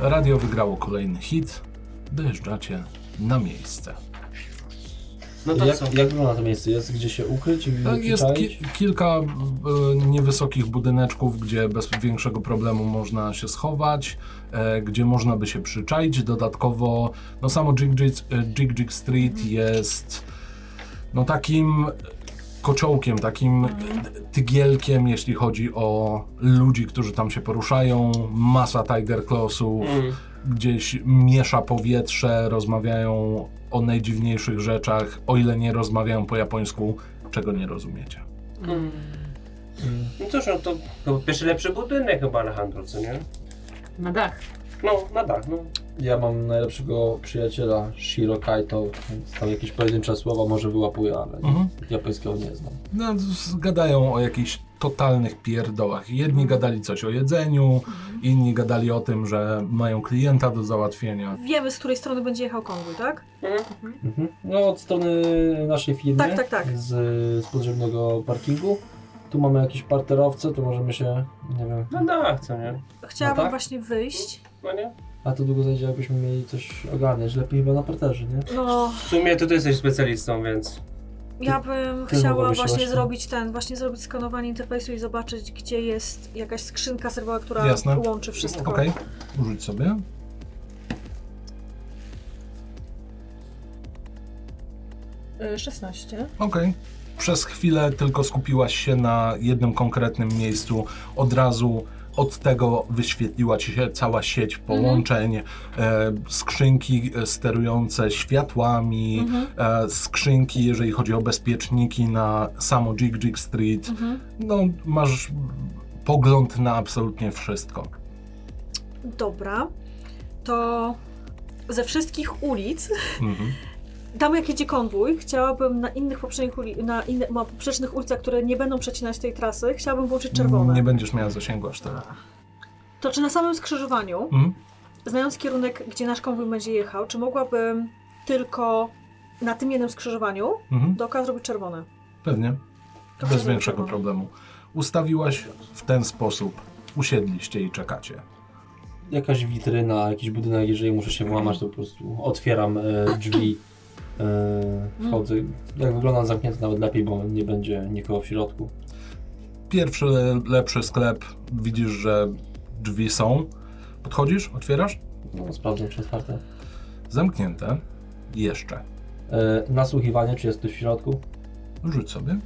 Radio wygrało kolejny hit. Dojeżdżacie na miejsce. No to jak, co? jak wygląda to miejsce? Jest gdzie się ukryć i No, Tak, Jest przyczaić? ki kilka e, niewysokich budyneczków, gdzie bez większego problemu można się schować, e, gdzie można by się przyczaić. Dodatkowo, no samo Jig Jig, e, Jig, Jig Street jest no takim kociołkiem, takim tygielkiem, jeśli chodzi o ludzi, którzy tam się poruszają. Masa Tiger Clawsów, Mm. gdzieś miesza powietrze, rozmawiają o najdziwniejszych rzeczach, o ile nie rozmawiają po japońsku, czego nie rozumiecie. No cóż, no to, to pierwszy lepszy budynek chyba na handlu, co nie? Na dach. No, na dach, no. Ja mam najlepszego przyjaciela Shiro Kaito, więc tam jakieś pojedyncze słowa może wyłapuję, ale Mm. nie- Mhm. japońskiego nie znam. No, z- gadają o jakichś totalnych pierdołach. Jedni gadali coś o jedzeniu, inni gadali o tym, że mają klienta do załatwienia. Wiemy, z której strony będzie jechał konwój, tak? Mhm. No od strony naszej firmy, Tak, tak, tak. Z, z podziemnego parkingu. Tu mamy jakieś parterowce, tu możemy się, nie wiem... Na dach, co nie? Chciałabym No tak. właśnie wyjść. No nie? A to długo zajdzie, jakbyśmy mieli coś ogarniać. Lepiej chyba na parterze, nie? No, W sumie ty tu jesteś specjalistą, więc... ja bym ty chciała mogłabyś właśnie właśnie- zrobić ten, właśnie zrobić skanowanie interfejsu i zobaczyć, gdzie jest jakaś skrzynka serwowa, która Jasne. łączy wszystko. Okej, rzuć sobie. Y, 16. Okej. Przez chwilę tylko skupiłaś się na jednym konkretnym miejscu. Od razu od tego wyświetliła ci się cała sieć połączeń, e, skrzynki e, sterujące światłami, e, skrzynki, jeżeli chodzi o bezpieczniki na samo Jig Jig Street. No, masz pogląd na absolutnie wszystko. Dobra. To ze wszystkich ulic, Mhm. tam jak jedzie konwój, chciałabym na innych poprzecznych, uli- na inne, ma poprzecznych ulicach, które nie będą przecinać tej trasy, chciałabym włączyć czerwone. Nie będziesz miała zasięgu aż tyle. To czy na samym skrzyżowaniu Mhm. znając kierunek, gdzie nasz konwój będzie jechał, czy mogłabym tylko na tym jednym skrzyżowaniu Mhm. dookoła zrobić czerwone? Pewnie. To Bez bardzo większego dobrze. problemu. Ustawiłaś w ten sposób, usiedliście i czekacie. Jakaś witryna, jakiś budynek, jeżeli muszę się włamać, to po prostu otwieram e, drzwi, e, wchodzę. Jak wygląda zamknięte nawet lepiej, bo nie będzie nikogo w środku. Pierwszy lepszy sklep, widzisz, że drzwi są. Podchodzisz, otwierasz, No, sprawdzam czy otwarte. zamknięte. Jeszcze. E, nasłuchiwanie, czy jest ktoś w środku? Rzuć sobie.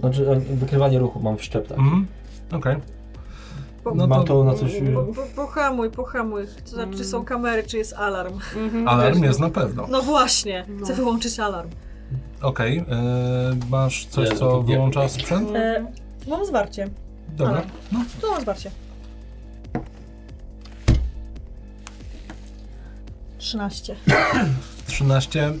Znaczy e, wykrywanie ruchu mam w szczeptach. Mhm. Okej. Po- No mam to to na coś... e, Po, po, pohamuj, pohamuj. To znaczy, czy są kamery, czy jest alarm? alarm jest na pewno. No właśnie, No. chcę wyłączyć alarm. Okej, yy, masz coś, Nie, co nie. wyłącza sprzęt? E, mam zwarcie. Dobra. ale- No, To mam zwarcie. 13. 13.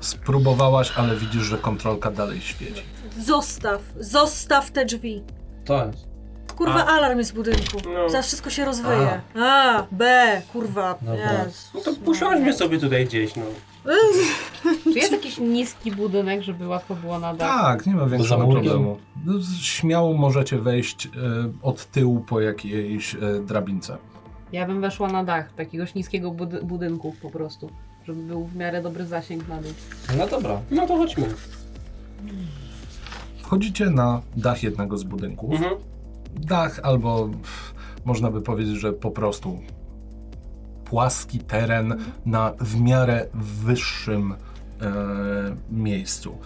Spróbowałaś, ale widzisz, że kontrolka dalej świeci. Zostaw, zostaw te drzwi. To Tak. jest. Kurwa, alarm jest w budynku. No. Zaraz wszystko się rozwyje. A, B, kurwa. Dobra. Jezus No to Maria. usiądźmy sobie tutaj gdzieś, no. E, Czy jest jakiś niski budynek, żeby łatwo było na dach? Tak, nie ma większego murkiem? problemu. No, z- Śmiało możecie wejść e, od tyłu po jakiejś e, drabince. Ja bym weszła na dach takiegoś niskiego bud- budynku po prostu, żeby był w miarę dobry zasięg na dół. No dobra. No to chodźmy. Wchodzicie na dach jednego z budynków. Mhm. Dach albo pff, można by powiedzieć, że po prostu płaski teren na w miarę wyższym e, miejscu.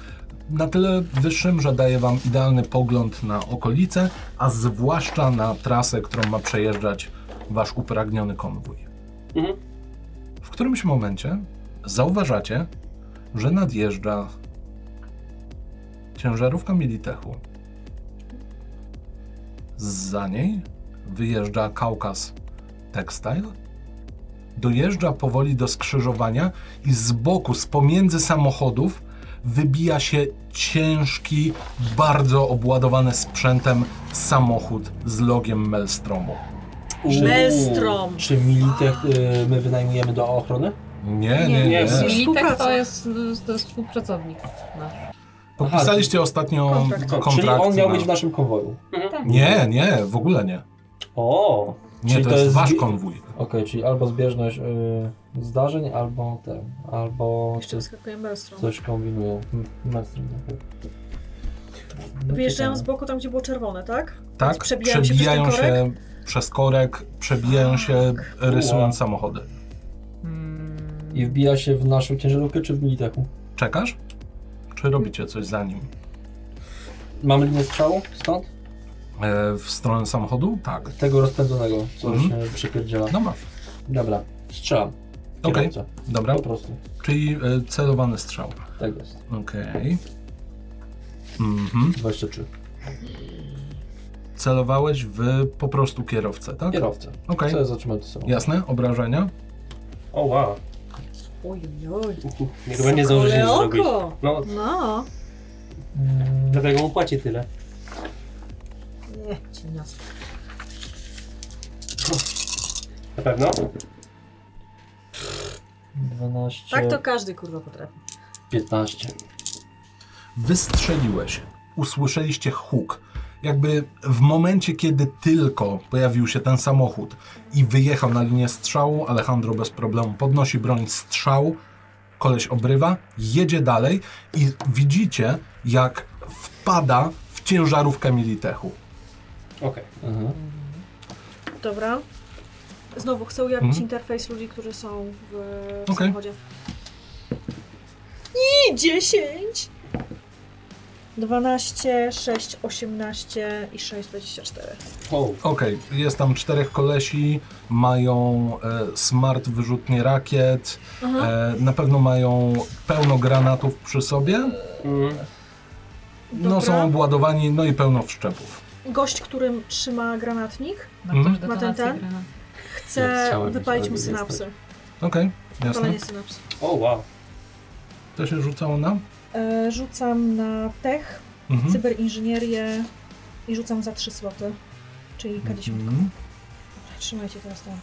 Na tyle wyższym, że daje Wam idealny pogląd na okolice, a zwłaszcza na trasę, którą ma przejeżdżać Wasz upragniony konwój. Mhm. W którymś momencie zauważacie, że nadjeżdża ciężarówka Militechu. Za niej wyjeżdża Kaukaz Textile. Dojeżdża powoli do skrzyżowania i z boku, z pomiędzy samochodów wybija się ciężki, bardzo obładowany sprzętem samochód z logiem Melstromu. Czy- Maelstrom. Czy Militech y, my wynajmujemy do ochrony? Nie, nie, Nie, nie. nie. Litek Współpraca. tak to jest, to jest współpracownik nasz. Podpisaliście ostatnio kontrakt. Kontrakt. Czyli on miał na- być w naszym konwoju. Mhm. Nie, nie, w ogóle nie. O! Nie, Czyli to, to jest, jest wasz zbi- konwój. Okej, czyli albo zbieżność y, zdarzeń, albo ten, albo Jeszcze coś, wyskakuje Maelstrom. coś kombinują. M- Maestro, okej. No Wyjeżdżają z ciekawe. boku tam, gdzie było czerwone, tak? Tak? Więc przebijają się przez ten korek? przez korek, przebijają się, rysując samochody. I wbija się w naszą ciężarówkę czy w militechu? Czekasz? Czy robicie coś za nim? Mamy linię strzału stąd? E, w stronę samochodu? Tak. Tego rozpędzonego, co Mhm. się przepierdziela. Dobra, Dobra, strzelam. Okej. Kierowca, dobra. po prostu. Czyli e, celowany strzał. Tak jest. Okej. Mhm. 23. Celowałeś w po prostu kierowcę, tak? Kierowca. Okej. Co jest zatrzymać sobą? Jasne, obrażenia. O wow. Oj, oj. Nie chyba nie zdąży się Sokole zrobić. oko. No, No. Mm, dlatego mu płaci tyle. Nie, ci nas. Na pewno? 12. Tak to każdy kurwa potrafi. 15. wystrzeliłeś. Usłyszeliście huk. Jakby w momencie, kiedy tylko pojawił się ten samochód i wyjechał na linię strzału, Alejandro bez problemu podnosi broń strzał, koleś obrywa, jedzie dalej i widzicie, jak wpada w ciężarówkę Militechu. Okej. Mhm. Dobra. Znowu chcę ujawnić Mhm. interfejs ludzi, którzy są w, w Okej. samochodzie. I 10! 12, 6, 18 i 6, 24. O, Okej, jest tam czterech kolesi, mają e, smart wyrzutnie rakiet, Aha. e, na pewno mają pełno granatów przy sobie, Mm. no są Dobra. obładowani, no i pełno wszczepów. Gość, którym trzyma granatnik, Mhm. Warto, że Ma ten detonacja ten? granat. Ja chce chciałem, wypalić mu żeby synapsy. Okej, jasne. Palenie synaps. O wow. To się rzucało na? E, rzucam na tech, Mhm. cyberinżynierię i rzucam za 3 sloty. Czyli K10. Mhm. Trzymajcie teraz tam.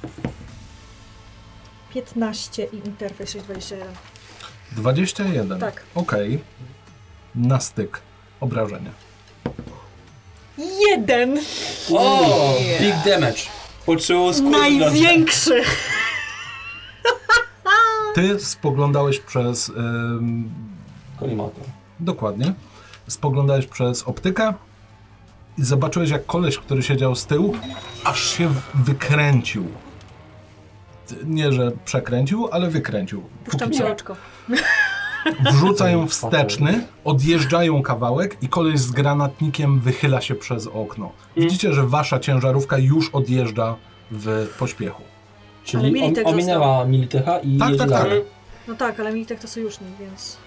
15 i interfejs 621. 21. Tak. Okej. Na styk. Obrażenia. Jeden! O! Big damage. Poczuł skórę. Największy! Ty spoglądałeś przez... ym, Kolimator. dokładnie. Spoglądałeś przez optykę i zobaczyłeś, jak koleś, który siedział z tyłu, aż się w- wykręcił. Ty- Nie, że przekręcił, ale wykręcił. Puszczam Póki ci co. oczko. Wrzucają wsteczny, odjeżdżają kawałek i koleś z granatnikiem wychyla się przez okno. Widzicie, że wasza ciężarówka już odjeżdża w pośpiechu. Czyli Militech om, ominęła Militecha i Tak, jedzie tak, Mhm. dalej. No tak, ale Militech to sojusznik, więc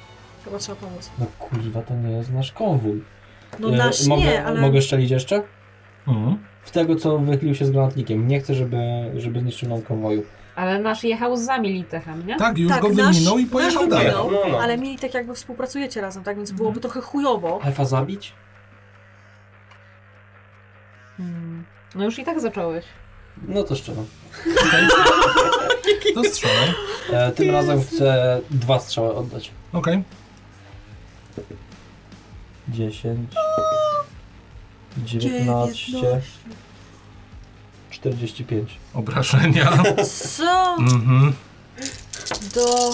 chyba trzeba pomóc. No kurwa, to nie jest nasz konwój. No E, nasz mogę, nie, ale... mogę szczelić jeszcze? Mhm. W tego, co wychylił się z granatnikiem. Nie chcę, żeby, żeby zniszczył nam konwoju. Ale nasz jechał za Militechem, nie? Tak, już Tak, go nasz- wyminął i nasz pojechał wyminął. dalej. No, no. Ale Militech jakby współpracujecie razem, tak? Więc byłoby trochę chujowo. Alfa zabić? Hmm. No już i tak zacząłeś. No to szczerze. To strzelaj. E, tym razem chcę dwa strzały oddać. Okej. 10, 19, 45. Obrażenia. Co? Mhm. Do...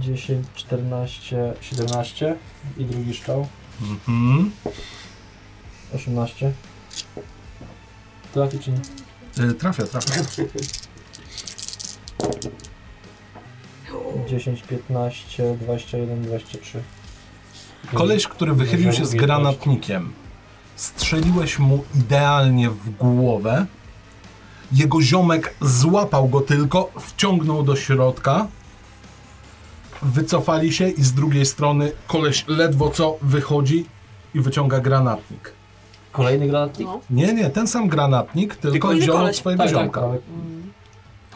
10, 14, 17 i drugi strzał. Mhm. 18. Trafi czy nie? Y, Trafia, trafia. 10, 15, 21, 23. Koleś, który wychylił się z granatnikiem, strzeliłeś mu idealnie w głowę. Jego ziomek złapał go tylko, wciągnął do środka. Wycofali się i z drugiej strony koleś ledwo co wychodzi i wyciąga granatnik. Kolejny granatnik? No. Nie, nie, ten sam granatnik, tylko inny wziął od koleś. swojego Tak, tak, ziomka. ale Mm.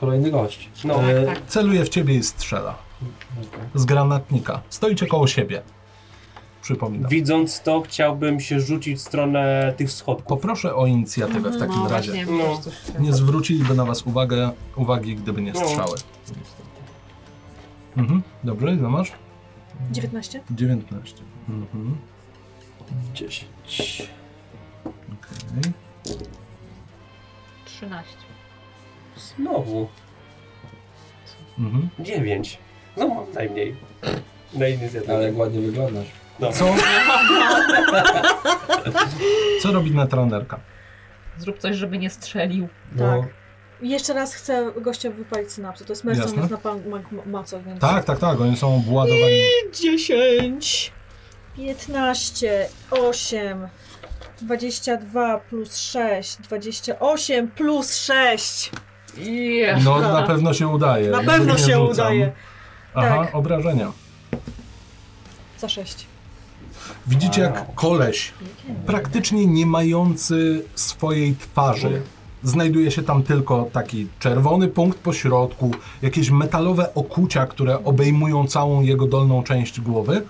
kolejny gość. No. E, Tak. Celuje w ciebie i strzela. okej. Z granatnika. Stoicie koło siebie. Przypominam. Widząc to, chciałbym się rzucić w stronę tych schodków. Poproszę o inicjatywę w takim no, razie. Właśnie, No. no. Coś Nie zwróciliby na was uwagę, uwagi, gdyby nie strzały. No. Mhm. Dobrze, ile masz? 19? 19. Mhm. 10. Okej. 13. Znowu. Mhm. Dziewięć. No mam najmniej. Na inny zjadł. No. Ale jak ładnie wyglądasz. Co? Co robi netrunnerka? Zrób coś, żeby nie strzelił. No, Tak. I Jeszcze raz chcę gościa wypalić synapsy. To jest mężczyzna, Jasne. więc na pan ma, ma, co, więc... Tak, tak, tak, oni są obładowani. 10, 15, 8, 22 plus 6, 28 plus 6. Yeah. No na pewno się udaje. Na pewno Nie się rzucam. udaje. Aha, Tak. obrażenia. Za 6. Widzicie Wow. jak koleś, praktycznie nie mający swojej twarzy, znajduje się tam tylko taki czerwony punkt po środku, jakieś metalowe okucia, które obejmują całą jego dolną część głowy,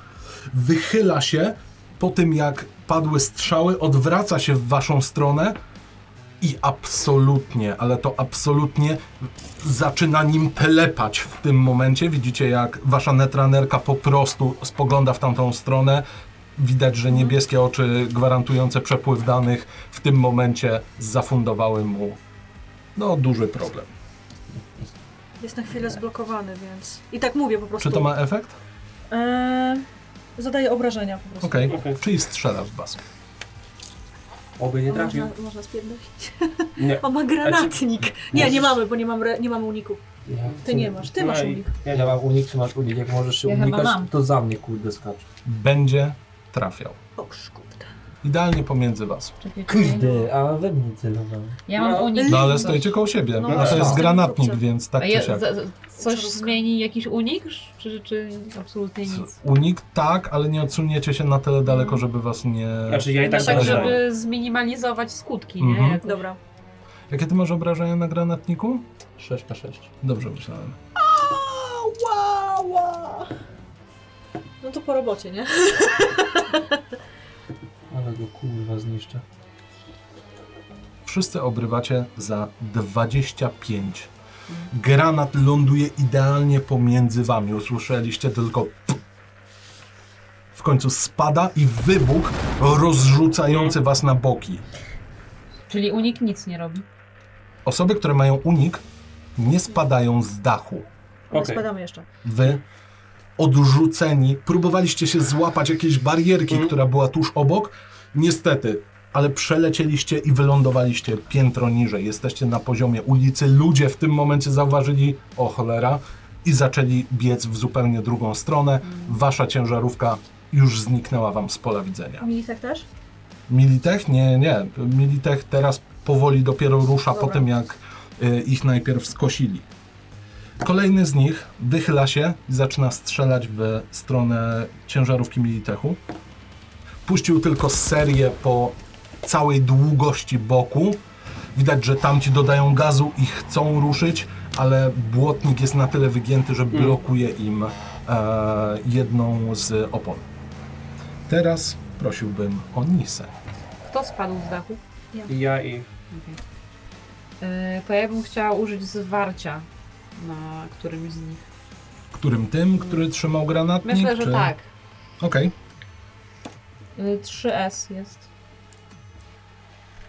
wychyla się po tym jak padły strzały, odwraca się w waszą stronę i absolutnie, ale to absolutnie zaczyna nim telepać w tym momencie. Widzicie, jak wasza netranerka po prostu spogląda w tamtą stronę. Widać, że niebieskie oczy gwarantujące przepływ danych w tym momencie zafundowały mu no, duży problem. Jest na chwilę zblokowany, więc... I tak mówię po prostu. Czy to ma efekt? Eee, zadaję obrażenia po prostu. Okej, Okej. czyli strzela w was. Oby nie A Można, trafił. można spierdolić. Nie. O, ma granatnik. Nie, nie mamy, bo nie mam, re, nie mam uniku. ja Ty nie masz, ty No masz i- unik. Ja, Ja mam unik, ty masz unik. Jak możesz się Ja chyba unikać, mam. to za mnie kurde skacz. Będzie trafiał. O, szkoda. Idealnie pomiędzy was. Czekaj, czekaj. Kurde, a we mnie celował. Ja mam No. unik. No ale stoicie koło siebie, No a to tak. jest granatnik, Dobrze. więc tak A czy ja, siak. za, za, coś Żarówka. zmieni jakiś unik? Czy, czy absolutnie nic? Unik tak, ale nie odsuniecie się na tyle daleko, żeby was nie... znaczy ja i tak No tak, dobrze. żeby zminimalizować skutki, Mhm. nie? Jakoś. Dobra. Jakie ty masz obrażenia na granatniku? 6k6. Dobrze myślałem. No to po robocie, nie? Ale go kurwa zniszczę. Wszyscy obrywacie za 25. Granat ląduje idealnie pomiędzy wami. Usłyszeliście tylko. p- W końcu spada i wybuch rozrzucający was na boki. Czyli unik nic nie robi. Osoby, które mają unik, nie spadają z dachu. Ale Okej. Spadamy jeszcze. Wy odrzuceni, próbowaliście się złapać jakiejś barierki, Mhm. która była tuż obok. Niestety, ale przelecieliście i wylądowaliście piętro niżej. Jesteście na poziomie ulicy. Ludzie w tym momencie zauważyli, o cholera, i zaczęli biec w zupełnie drugą stronę. Wasza ciężarówka już zniknęła wam z pola widzenia. Militech też? Militech? Nie, nie. Militech teraz powoli dopiero rusza po Dobra. tym, jak y, ich najpierw skosili. Kolejny z nich wychyla się i zaczyna strzelać w stronę ciężarówki Militechu. Puścił tylko serię po całej długości boku. Widać, że tamci dodają gazu i chcą ruszyć, ale błotnik jest na tyle wygięty, że blokuje im e, jedną z opon. Teraz prosiłbym o Nisę. Kto spadł z dachu? ja i... Yy, to ja bym chciała użyć zwarcia na którymś z nich. Którym tym, który trzymał granatnik? Myślę, że czy- tak. Okej. Yy, 3S jest.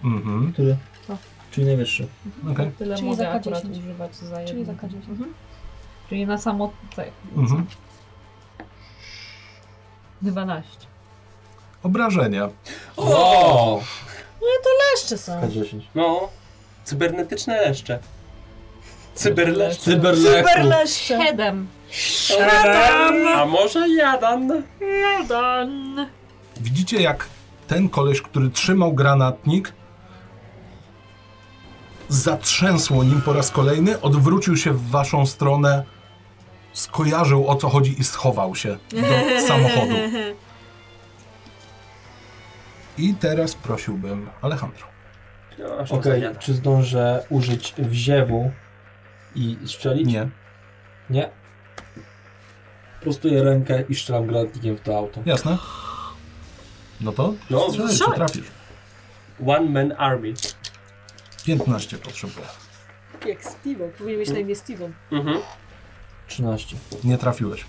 Mhm. Który? To. Czyli najwyższy. Okej. Tyle Czyli mogę za K10. akurat używać za Czyli za jedno. K10. Mhm. Czyli na samo... Tak, Mhm. 12. Obrażenia. O! Jeszcze są. K10. No. Cybernetyczne leszcze. Cyberleszcze. Cyberlek! Cyberleszcze! 7. Jadan! A może jadan? Jeden! Widzicie, jak ten koleś, który trzymał granatnik, zatrzęsło nim po raz kolejny, odwrócił się w waszą stronę, skojarzył o co chodzi i schował się do samochodu. I teraz prosiłbym Alejandro. No, aż Okej, okay. czy zdążę użyć wziewu i strzelić? Nie, Nie. Prostuję rękę i strzelam granatnikiem w to auto. jasne? No to? No, strzelaj, strzelaj. czy trafisz. One man army. 15 potrzebuję. Jak Steven. Powinien mieć na imię Steven. Mhm. 13. Nie trafiłeś.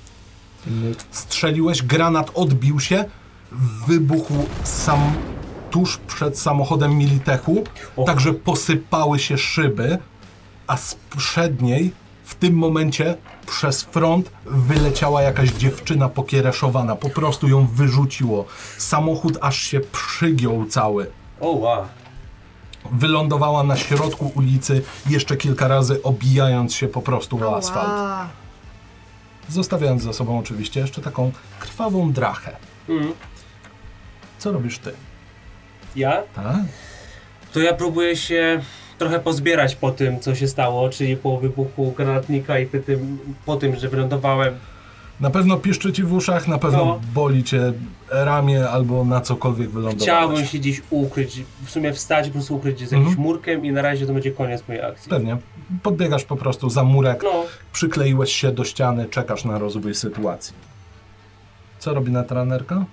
Inny- Strzeliłeś, granat odbił się, wybuchł sam tuż przed samochodem Militechu, O. także posypały się szyby, a z przedniej w tym momencie przez front wyleciała jakaś dziewczyna pokiereszowana. Po prostu ją wyrzuciło. Samochód aż się przygiął cały. O, wow. Wylądowała na środku ulicy, jeszcze kilka razy obijając się po prostu o asfalt. Ała. Zostawiając za sobą oczywiście jeszcze taką krwawą drachę. Mm. Co robisz ty? Ja? Tak? To ja próbuję się trochę pozbierać po tym, co się stało, czyli po wybuchu granatnika i po tym, po tym że wylądowałem. Na pewno piszczy ci w uszach, na pewno No. boli cię ramię albo na cokolwiek wylądowałeś. Chciałbym się gdzieś ukryć, w sumie wstać, po prostu ukryć się z jakimś Mhm. murkiem i na razie to będzie koniec mojej akcji. Pewnie. Podbiegasz po prostu za murek, No, przykleiłeś się do ściany, czekasz na rozwój sytuacji. Co robi natranerka?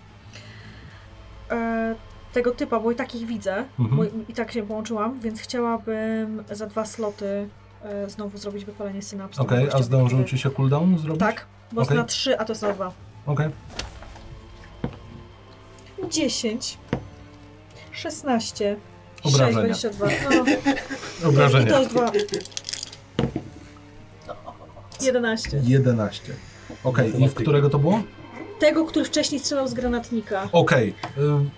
E, tego typa, bo i tak ich widzę, Mhm. bo i- i tak się połączyłam, więc chciałabym za dwa sloty e, znowu zrobić wypalenie synapsy. Okej, a Chciałabym zdążył wtedy- ci się cooldown zrobić? Tak, bo jest Okej. na trzy, a to jest na dwa. Okej. 10, 16, Obrażenia. 6, 22. No, i Obrażenia. to jest dwa. 11. 11. Okej, i w Matematyka. którego to było? Tego, który wcześniej strzelał z granatnika. Okej. ym,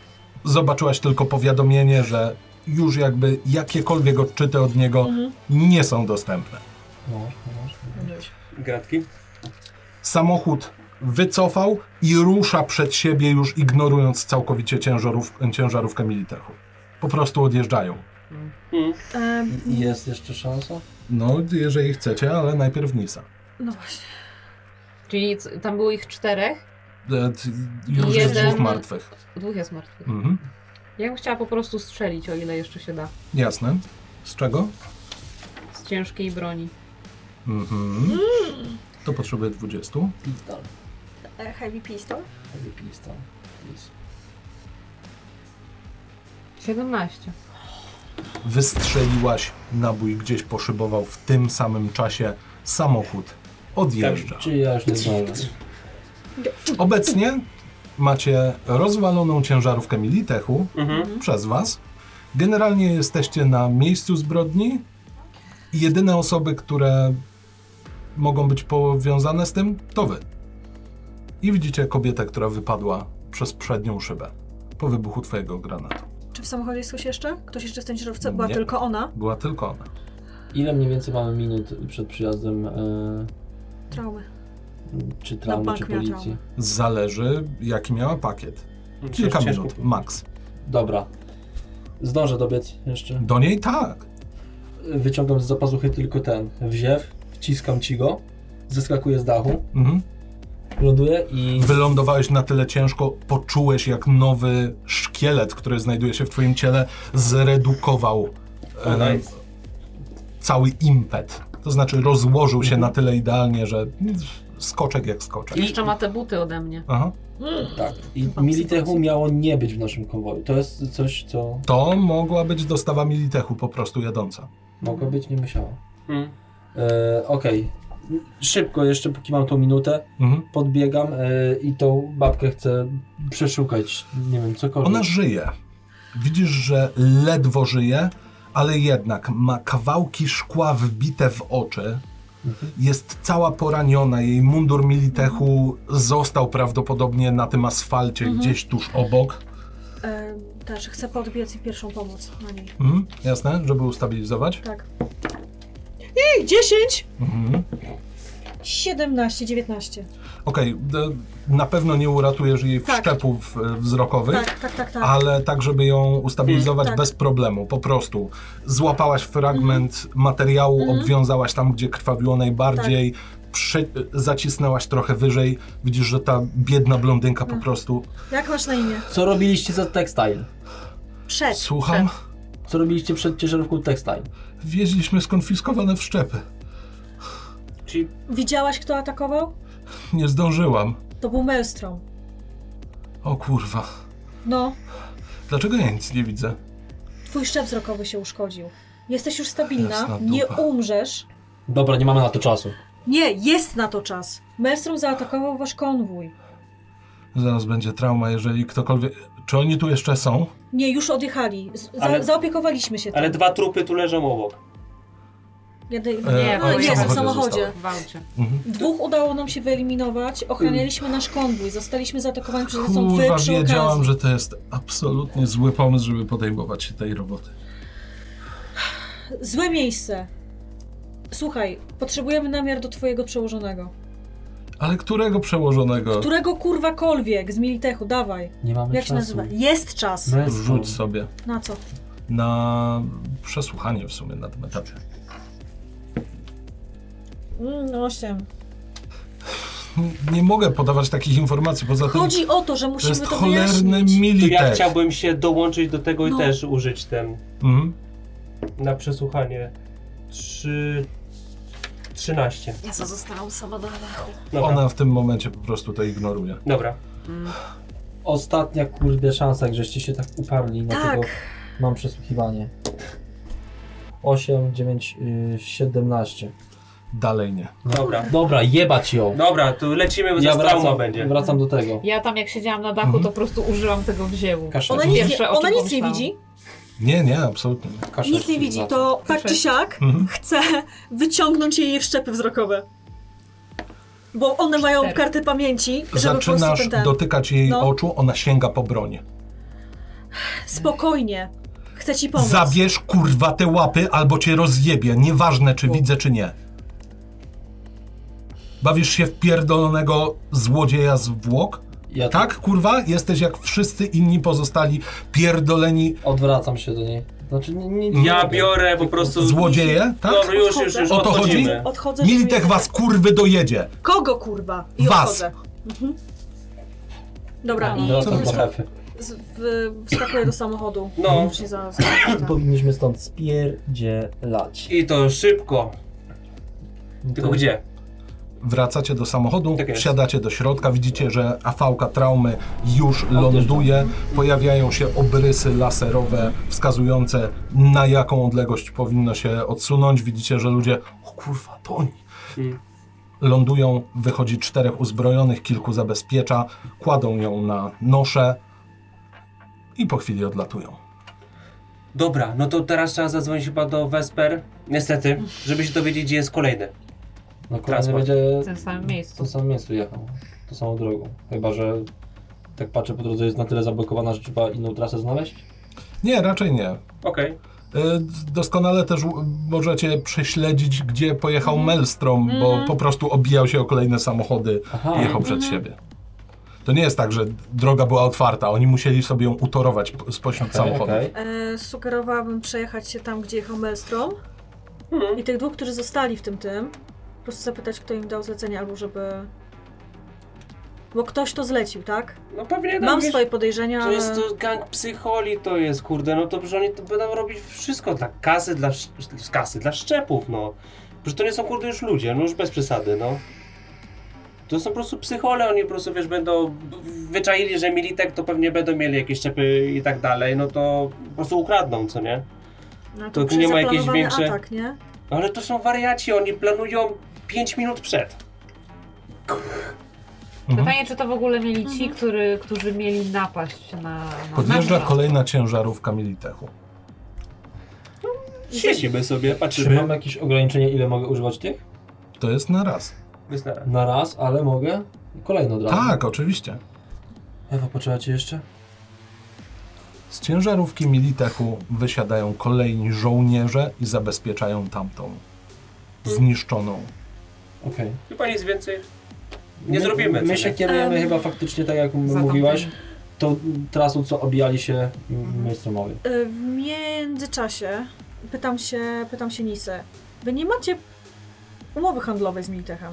Zobaczyłaś tylko powiadomienie, że już jakby jakiekolwiek odczyty od niego Mhm. nie są dostępne. Możesz, możesz. gratki. Samochód wycofał i rusza przed siebie, już ignorując całkowicie ciężarów, ciężarówkę Militechu. Po prostu odjeżdżają. Mm. Em, I Jest jeszcze szansa? No, jeżeli chcecie, ale najpierw Nisa. no właśnie. Czyli c- tam było ich czterech, E, t- Już jest Jeden. dwóch martwych. dwóch jest martwych. Mhm. Ja bym chciała po prostu strzelić, o ile jeszcze się da. Jasne. Z czego? Z ciężkiej broni. Mhm. To potrzebuję 20. Pistol. E, heavy pistol? Heavy Pistol. Please. 17. Wystrzeliłaś, nabój gdzieś poszybował w tym samym czasie. Samochód odjeżdża. Czy ja już nie zdążę? Obecnie macie rozwaloną ciężarówkę Militechu Mhm. przez was. Generalnie jesteście na miejscu zbrodni. Jedyne osoby, które mogą być powiązane z tym, to wy. I widzicie kobietę, która wypadła przez przednią szybę po wybuchu twojego granatu. Czy w samochodzie jest ktoś jeszcze? Ktoś jeszcze w tej ciężarówce? Była Nie. tylko ona. Była tylko ona. Ile mniej więcej mamy minut przed przyjazdem e, Traumy. czy No, traumy, bank czy miała policji? Zależy, jaki miała pakiet. Kilka Ciężko. minut, max. Dobra. Zdążę dobiec jeszcze. Do niej tak. Wyciągam z zapazuchy tylko ten wziew, wciskam ci go, zeskakuję z dachu, Mhm. ląduję i... Wylądowałeś na tyle ciężko, poczułeś jak nowy szkielet, który znajduje się w twoim ciele, zredukował O, e, nice. cały impet. To znaczy rozłożył się na tyle idealnie, że mm, skoczek jak skoczek. I- Jeszcze ma te buty ode mnie. Aha. Tak. I Militechu miało nie być w naszym konwoju. To jest coś, co To mogła być dostawa Militechu po prostu jadąca. mogło być, nie musiało. Mm. E, Okej. Szybko jeszcze, póki mam tą minutę, Mhm. podbiegam e, i tą babkę chcę przeszukać, nie wiem, cokolwiek. Ona żyje. Widzisz, że ledwo żyje, ale jednak ma kawałki szkła wbite w oczy. Jest cała poraniona, jej mundur Militechu został prawdopodobnie na tym asfalcie Mhm. gdzieś tuż obok. E, też chcę podbiec i pierwszą pomoc na niej. Mhm. Jasne, żeby ustabilizować. Tak. Jej, 10! Mhm. 17, 19. Okej, d- na pewno nie uratujesz jej Tak. wszczepów e, wzrokowych. Tak, tak, tak, tak. ale tak, żeby ją ustabilizować Mm, tak. bez problemu. Po prostu złapałaś fragment Mhm. materiału, obwiązałaś tam, gdzie krwawiło najbardziej, Tak. prze- zacisnęłaś trochę wyżej. Widzisz, że ta biedna blondynka Mhm. po prostu. Jak masz na imię? Co robiliście za textile? Przed. Słucham, Co robiliście przed ciężarówką textile? wieźliśmy skonfiskowane wszczepy. Czyli Widziałaś, kto atakował? Nie zdążyłam. To był Maelstrom. O kurwa, No, dlaczego ja nic nie widzę? twój szczep wzrokowy się uszkodził. Jesteś już stabilna, Jasna nie dupa. umrzesz. Dobra, nie mamy na to czasu. Nie, jest na to czas. Maelstrom zaatakował wasz konwój. Zaraz będzie trauma, jeżeli ktokolwiek... Czy oni tu jeszcze są? Nie, już odjechali. Z- Za, Ale- Zaopiekowaliśmy się tym. Ale dwa trupy tu leżą obok. Jadę, E, nie, no, ale jest w samochodzie samochodzie. W aucie. Mhm. Dwóch udało nam się wyeliminować, ochranialiśmy nasz konwój, zostaliśmy zaatakowani przez są wy Kurwa, przy wiedziałam, okazji. że to jest absolutnie zły pomysł, żeby podejmować się tej roboty. Złe miejsce. Słuchaj, potrzebujemy namiar do twojego przełożonego. Ale którego przełożonego? Którego kurwakolwiek z Militechu, dawaj. Nie mamy Jak czasu. się nazywa? Jest czas. Mhm. Męstwo. Rzuć sobie Na co? na przesłuchanie w sumie na tym etapie. Mm, osiem. Nie mogę podawać takich informacji, poza tym Chodzi o to, że to musimy jest to, cholerny wyjaśnić. To ja militek. chciałbym się dołączyć do tego i No. też użyć ten Mhm. na przesłuchanie. Trzy... 13. Ja zostałam sama na dachu. Dobra. Ona w tym momencie po prostu to ignoruje. Dobra. Ostatnia kurde szansa, żeście się tak uparli, dlatego Tak, mam przesłuchiwanie. y, 8, 9, 17. Dalej nie. Dobra. Dobra, jebać ją. Dobra, to lecimy, bo zaraz trauma będzie. wracam do tego. Ja tam jak siedziałam na dachu, Mhm. to po prostu użyłam tego wzięłu. Kaszel. ona nic, Pierwsze, nie, o czym ona nic nie pomyślałam. widzi, Nie, nie, absolutnie. nie. Kaszel nic nie widzi, wraca. to tak Proszę. czy siak Mhm. chce wyciągnąć jej wszczepy wzrokowe. Bo one mają Cztery. karty pamięci, żeby po prostu Zaczynasz ten, ten. dotykać jej No. oczu, ona sięga po broń. Spokojnie, chcę ci pomóc. Zabierz kurwa te łapy, albo cię rozjebie. Nieważne, czy widzę, czy nie. Bawisz się w pierdolonego złodzieja z Włok? Ja tak? Tak, kurwa? Jesteś jak wszyscy inni pozostali pierdoleni Odwracam się do niej. Znaczy, nie, nie, nie Ja robię. biorę po prostu... złodzieje? Tak? Dobra, już, już, już, O to chodzi? odchodzimy. Odchodzę. żeby- Militech was kurwy dojedzie. Kogo kurwa? I Was. odchodzę. Mhm. Dobra, Co i Wracam do jest? szafy. z, w, wskakuję do samochodu. No. Już się za, Powinniśmy stąd spierdzielać. I to szybko. Tylko To- Tak. gdzie? Wracacie do samochodu, Tak jest. wsiadacie do środka, widzicie, że afałka traumy już ląduje, pojawiają się obrysy laserowe wskazujące na jaką odległość powinno się odsunąć, widzicie, że ludzie, o kurwa, to oni, Mm. lądują, wychodzi czterech uzbrojonych, kilku zabezpiecza, kładą ją na nosze i po chwili odlatują. Dobra, no to teraz trzeba zadzwonić chyba do Vesper. Niestety, żeby się dowiedzieć, gdzie jest kolejny. No kolejny Transport. będzie W tym samym w miejscu. tym Mhm. samym miejscu jechał. Tą samą drogą. Chyba, że tak patrzę po drodze jest na tyle zablokowana, że trzeba inną trasę znaleźć. Nie, raczej nie. Okej. Y, Doskonale też u- możecie prześledzić, gdzie pojechał Melstrom, bo po prostu obijał się o kolejne samochody Aha. i jechał przed siebie. To nie jest tak, że droga była otwarta, oni musieli sobie ją utorować p- spośród Okej, samochodów. okej. e, Sugerowałabym przejechać się tam, gdzie jechał Maelstrom. Hmm, I tych dwóch, którzy zostali w tym tym, po prostu zapytać, kto im dał zlecenie, albo żeby... Bo ktoś to zlecił, tak? No pewnie tam, Mam wiesz, swoje podejrzenia, To ale... jest to gang psycholi, to jest kurde, no to że oni to będą robić wszystko dla kasy, dla, sz- z kasy, dla szczepów, no. Że to nie są kurde już ludzie, no już bez przesady, no. To są po prostu psychole, oni po prostu wiesz, będą b- wyczaili, że militek to pewnie będą mieli jakieś szczepy i tak dalej, no to po prostu ukradną, co nie? No to przy nie ma jakiejś zaplanowany większej- atak, nie? Ale to są wariaci, oni planują 5 minut przed. Mhm. Pytanie, czy to w ogóle mieli ci, Mhm. który, którzy mieli napaść na... na Podjeżdża na- kolejna ciężarówka Militechu. Siedzimy Czy sobie, mam patrzymy. jakieś ograniczenie, ile mogę używać tych? To jest na raz. Wystarczy. Na raz, ale mogę? Kolejno od razu. Tak, oczywiście. Ewa, potrzeba jeszcze? Z ciężarówki Militechu wysiadają kolejni żołnierze i zabezpieczają tamtą. Zniszczoną. Okej. Chyba nic więcej. Nie zrobimy, co My się nie? kierujemy Em. chyba faktycznie tak, jak za tamten- mówiłaś, tą trasą, co obijali się mm, mainstreamowie. Y, W międzyczasie pytam się, pytam się Nisę. Wy nie macie umowy handlowej z Militechem?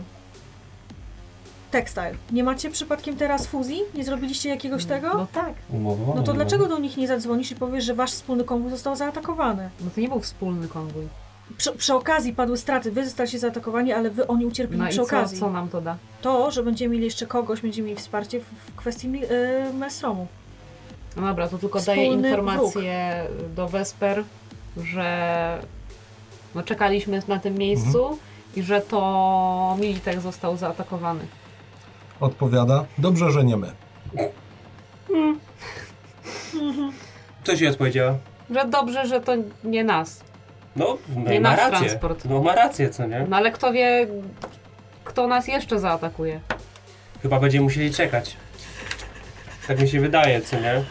Textile. Nie macie przypadkiem teraz fuzji? Nie zrobiliście jakiegoś Mm, tego? No tak, Umowa. No to umowa. dlaczego do nich nie zadzwonisz i powiesz, że wasz wspólny konwój został zaatakowany? no to nie był wspólny konwój. Przy, przy okazji padły straty, wy zostaliście zaatakowani, ale wy oni ucierpieli No i przy co, okazji. co nam to da? To, że będziemy mieli jeszcze kogoś, będziemy mieli wsparcie w, w kwestii mi- y, Maelstromu. No dobra, to tylko daję Wspólny informację do Wesper, że no, czekaliśmy na tym miejscu Mhm. i że to Militek został zaatakowany. Odpowiada, dobrze, że nie my. Co ci odpowiedziała? Że dobrze, że to nie nas. No, no Nie ma nasz rację. transport. No ma rację, co nie? No ale kto wie, kto nas jeszcze zaatakuje. Chyba będziemy musieli czekać. Tak mi się wydaje, co nie?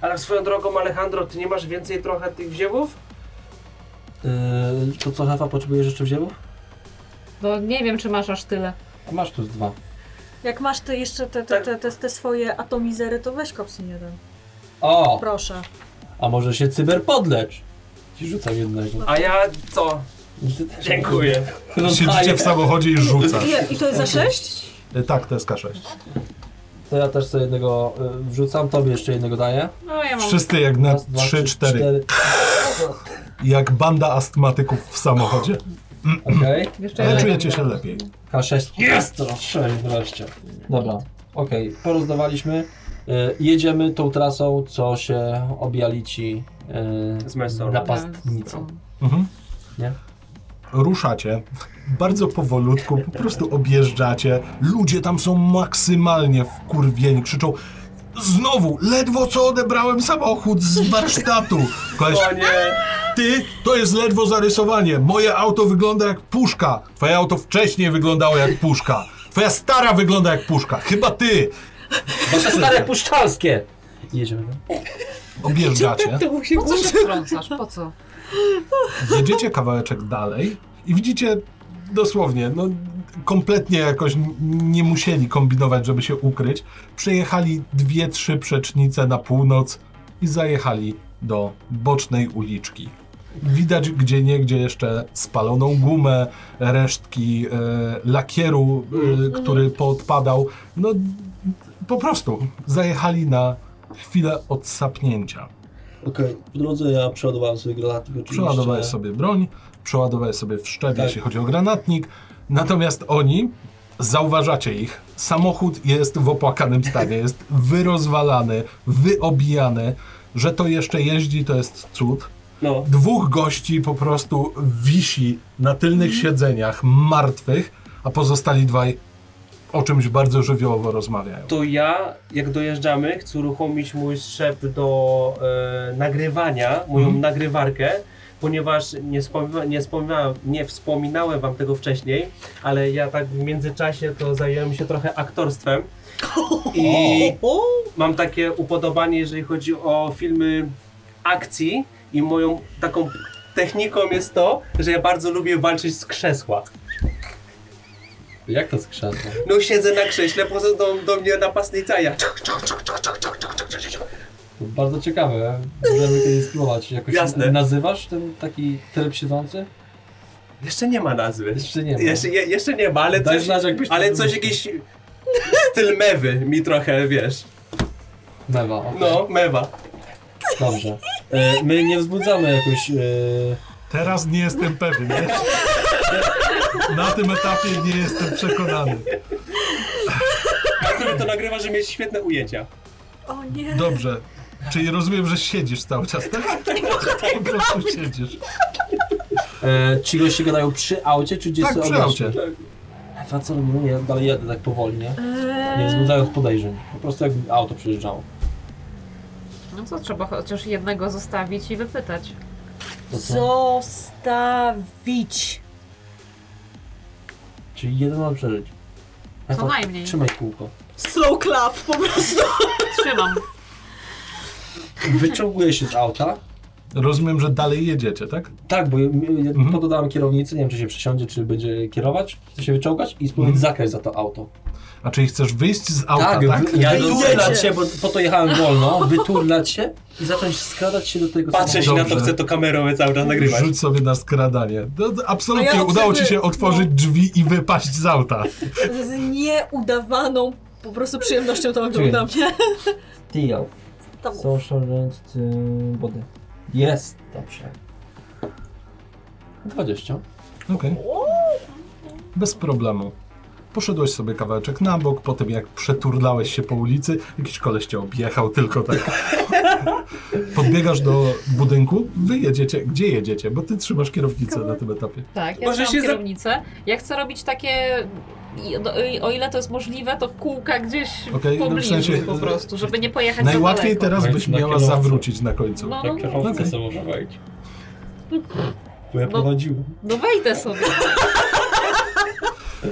Ale swoją drogą, Alejandro, ty nie masz więcej trochę tych wziewów? Yy, to co, Hefa, potrzebujesz jeszcze wzięło? No nie wiem, czy masz aż tyle. Masz tu z dwa. Jak masz ty jeszcze te, te, Tak. te, te, te swoje atomizery, to weź kopsyn jeden. O! Proszę. A może się cyberpodlecz? Ci rzucam jednego. A ja co? Ty też- No Dziękuję. Rozdaję. Siedzicie w samochodzie i Tak. rzucasz. Ile? I to jest za sześć? E, Tak, to jest K6. To ja też sobie jednego y, wrzucam, tobie jeszcze jednego daję. No ja mam. Wszyscy jak na Raz, dwa, trzy, 3-4. Jak banda astmatyków w samochodzie. Okej. Jeszcze Ale jeden. czujecie się lepiej. K6. Jest to! 6 wreszcie. Dobra, okej, porozdawaliśmy. Y, jedziemy tą trasą, co się objali ci y, Z Messorą. napastnicą. Tak. Mhm. Nie? Ruszacie. Bardzo powolutku, po prostu objeżdżacie. Ludzie tam są maksymalnie wkurwieni, krzyczą Znowu, ledwo co odebrałem samochód z warsztatu. Koleś, O nie! ty, to jest ledwo zarysowanie. Moje auto wygląda jak puszka. Twoje auto wcześniej wyglądało jak puszka. Twoja stara wygląda jak puszka. Chyba ty. Wasze stare puszczalskie! Jedziemy. Objeżdżacie. Po co się wtrącasz? Po co? Jedziecie kawałeczek dalej i widzicie dosłownie, no kompletnie jakoś n- nie musieli kombinować, żeby się ukryć. Przejechali dwie, trzy przecznice na północ i zajechali do bocznej uliczki. Widać gdzie niegdzie jeszcze spaloną gumę, resztki e, lakieru, e, który poodpadał. No po prostu zajechali na chwilę odsapnięcia. Okej, po drodze ja przeładowałem sobie granatnik Przeładowałeś sobie broń, przeładowałeś sobie w szczep, Tak. jeśli chodzi o granatnik. Natomiast oni, zauważacie ich, samochód jest w opłakanym stanie, jest wyrozwalany, wyobijany. Że to jeszcze jeździ, to jest cud. No, Dwóch gości po prostu wisi na tylnych siedzeniach, martwych, a pozostali dwaj o czymś bardzo żywiołowo rozmawiają. to ja, jak dojeżdżamy, chcę uruchomić mój strzep do e, nagrywania, moją Mhm. nagrywarkę, ponieważ nie, wspomina, nie, wspominałem, nie wspominałem wam tego wcześniej, ale ja tak w międzyczasie to zająłem się trochę aktorstwem. I O, mam takie upodobanie, jeżeli chodzi o filmy akcji i moją taką techniką jest to, że ja bardzo lubię walczyć z krzesła. Jak to z krzesła? No siedzę na krześle, poza do, do mnie napastnica, ja To bardzo ciekawe, możemy kiedyś spróbować. Jakoś Jasne. nazywasz ten taki tryb siedzący? Jeszcze nie ma nazwy. Jeszcze nie ma. Jeszcze, je, jeszcze nie ma, ale Daj coś, znać, jakbyś to ale coś zrobił. jakiś styl mewy mi trochę, wiesz. Mewa, okej. No, mewa. Dobrze. E, My nie wzbudzamy jakoś... e, Teraz nie jestem pewien. wiesz? Na tym etapie nie jestem przekonany. Ja sobie to nagrywa, żeby mieć świetne ujęcia. o nie. Dobrze. Czyli rozumiem, że siedzisz cały czas, tak? Po prostu siedzisz. e, Ci goście gadają przy aucie, czy gdzieś Tak, sobie przy odeszli? aucie. Ewa, co robimy? Ja dalej jadę tak powoli, nie? Eee. Nie wzbudzając podejrzeń. Po prostu jak auto przejeżdżało. No co, trzeba chociaż jednego zostawić i wypytać. To co? Zostawić. Czyli jeden ma przeżyć. Ewa, najmniej. Trzymaj kółko. Slow clap po prostu. Trzymam. Wyciąguję się z auta. Rozumiem, że dalej jedziecie, tak? Tak, bo ja ja Mhm. pododałem kierownicy, nie wiem czy się przesiądzie, czy będzie kierować, chce się wyciągać i spróbować zakrać za to auto. A czyli chcesz wyjść z auta, tak? wy- ja Wyturlać wyturlać się. się, bo po to jechałem wolno, wyturlać się i zacząć skradać się do tego Patrzę się na to, Dobrze. chcę to kamerą cały czas nagrywać. Rzuć sobie na skradanie. No, to absolutnie A ja udało ci się obserwuję- otworzyć drzwi i wypaść z auta. Z nieudawaną po prostu przyjemnością to ogląda mnie. Deal. Tam. Social rent y, body. Jest. Dobrze. 20. Okej. Bez problemu. Poszedłeś sobie kawałeczek na bok, po tym jak przeturlałeś się po ulicy, jakiś koleś cię objechał tylko tak. Podbiegasz do budynku, wy jedziecie, gdzie jedziecie? Bo ty trzymasz kierownicę na tym etapie. Tak, ja Może Może się się za- kierownicę. Ja chcę robić takie I o, i o ile to jest możliwe, to kółka gdzieś Okej, no w pobliżu sensie, po prostu, żeby nie pojechać Najłatwiej za daleko. teraz No i byś na miała kierowcę. zawrócić na końcu. No, Jak no, kierowca Okej. Tak, sobie może wejść. Bo ja No. prowadziłem. no wejdę sobie.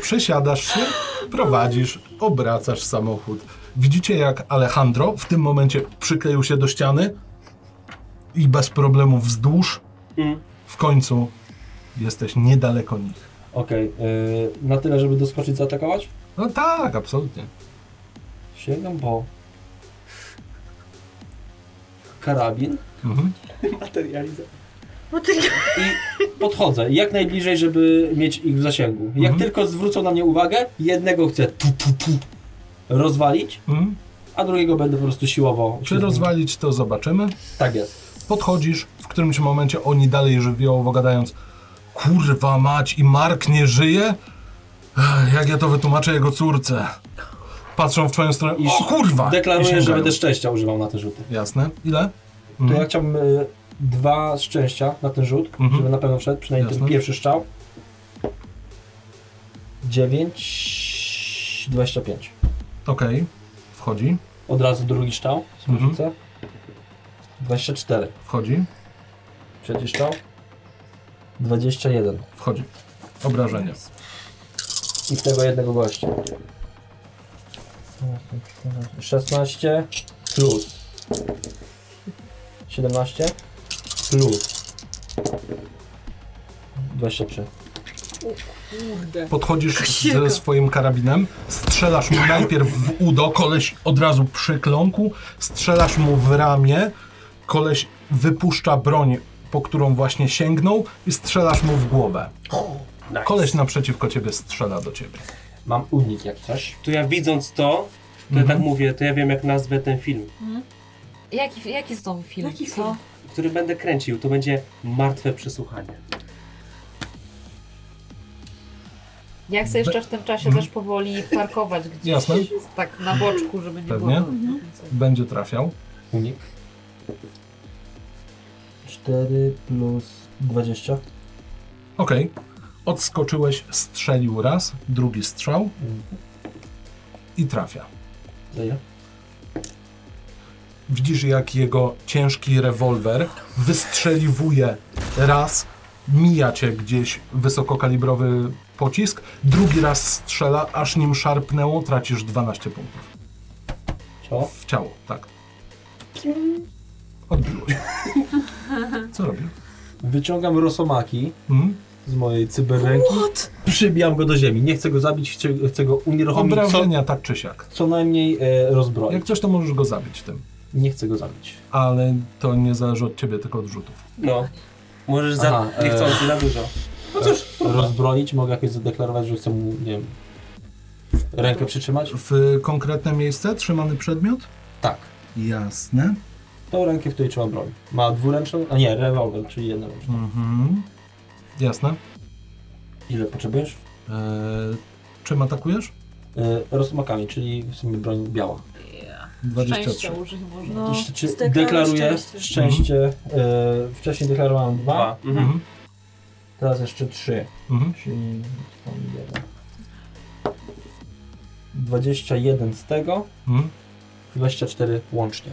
Przesiadasz się, prowadzisz, obracasz samochód. Widzicie, jak Alejandro w tym momencie przykleił się do ściany i bez problemu wzdłuż. Mm. W końcu jesteś niedaleko nich. Okej, y, na tyle, żeby doskoczyć, zaatakować? No tak, absolutnie. Sięgam po... Karabin Mhm. Materializacja. Bo ty... i podchodzę jak najbliżej, żeby mieć ich w zasięgu. Jak Mhm. tylko zwrócą na mnie uwagę, jednego chcę tu, tu, tu rozwalić, Mhm. a drugiego będę po prostu siłowo... się z Czy nim- rozwalić to zobaczymy. Tak jest. Podchodzisz, w którymś momencie oni dalej żywiołowo gadając Kurwa mać i Mark nie żyje? Ech, Jak ja to wytłumaczę jego córce? Patrzą w twoją stronę, I o kurwa! i Deklaruję, że sięgają. będę szczęścia używał na te rzuty. Jasne. Ile? To Mhm. ja chciałbym y, dwa szczęścia na ten rzut, Mhm. żeby na pewno wszedł, przynajmniej Jasne. ten pierwszy strzał. 9, 25. Okej, wchodzi, Od razu drugi strzał, sobie Mhm. rzucę. 24. wchodzi, Trzeci strzał. 21. wchodzi. Obrażenie. I tego jednego gościa. 16 plus. 17 plus. 23. Kurde. Podchodzisz Krzyka. ze swoim karabinem, strzelasz mu najpierw w udo, koleś od razu przykląkł, strzelasz mu w ramię, koleś wypuszcza broń, po którą właśnie sięgnął i strzelasz mu w głowę. Nice. Koleś naprzeciwko ciebie strzela do ciebie. Mam unik jak coś. To ja widząc to, to ja Mhm. tak mówię, to ja wiem jak nazwę ten film, Jaki, jaki znowu film? Jaki Co? film? który będę kręcił. To będzie Martwe Przesłuchanie. Ja chcę jeszcze w tym czasie też powoli parkować gdzieś Mhm. Jasne. tak na boczku, żeby nie Pewnie. było. Mhm. Będzie trafiał. Unik. 4 plus 20. Okej. Odskoczyłeś, strzelił raz, drugi strzał i trafia. Za ile? Widzisz, jak jego ciężki rewolwer wystrzeliwuje raz, mija cię gdzieś wysokokalibrowy pocisk, drugi raz strzela, aż nim szarpnęło, tracisz 12 punktów. Ciało? W ciało, tak. Odbiło się. Co robił? Wyciągam rosomaki Mhm. z mojej cyberręki. What? Hmm? Przybijam go do ziemi. Nie chcę go zabić, chcę, chcę go unieruchomić. Co, Obrażenia tak czy siak. co najmniej e, rozbroić. Jak coś, to możesz go zabić tym. Nie chcę go zabić. Ale to nie zależy od ciebie, tylko od rzutów. No. Możesz za Aha, e- niechcący za dużo. No cóż, Rozbroić mogę jakoś zadeklarować, że chcę mu, nie wiem, rękę przytrzymać? W konkretne miejsce trzymany przedmiot? Tak. Jasne. Tą rękę, w której trzyma broń. Ma dwuręczną? A nie, rewolwer, czyli jednoręczną. Mhm. Jasne. Ile potrzebujesz? Eee, czym atakujesz? E, rosomakami, czyli w sumie broń biała. Szczęścia 23. użyj może. No, Czy, czy zdeklaruj deklaruję szczęście. szczęście. e, wcześniej deklarowałem dwa, dwa. Mhm. Mhm. teraz jeszcze trzy. Mhm. Czyli tam jeden. 21 z tego, Mhm. 24 łącznie.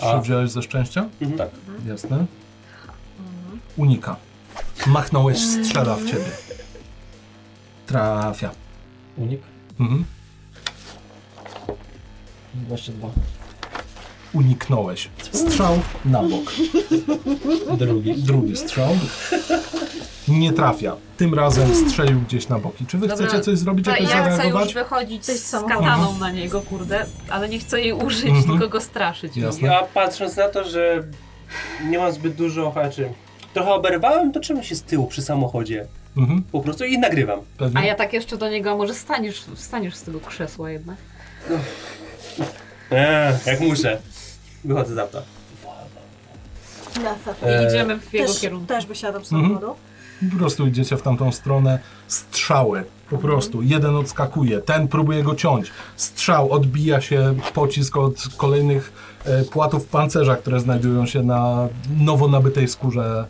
A. Trzy wziąłeś ze szczęścia? Mhm. Tak. Jasne. Unika. Machnąłeś, strzela w ciebie. Trafia. Unik. Mhm. 22. Uniknąłeś. Strzał na bok. Drugi. Drugi strzał. Nie trafia. Tym razem strzelił gdzieś na boki. Czy wy Dobra. chcecie coś zrobić, Ta, jakoś ja chcę już zareagować? wychodzić Coś Mhm. z samochodem. kataną na niego, kurde, ale nie chcę jej użyć, Mhm. tylko go straszyć. Jasne. Ja patrząc na to, że nie mam zbyt dużo ochaczy. Trochę oberwałem, to czemu się z tyłu przy samochodzie? Mhm. Po prostu i nagrywam. Pewnie. A ja tak jeszcze do niego, a może staniesz, staniesz z tego krzesła jednak. Eee, jak muszę. Wychodzę z auta. Nafa. I idziemy w jego Też, kierunku. też wysiadam z samochodu. Po prostu idziecie w tamtą stronę. Strzały. Po Mhm. prostu. Jeden odskakuje, ten próbuje go ciąć. Strzał, odbija się pocisk od kolejnych e, płatów pancerza, które znajdują się na nowo nabytej skórze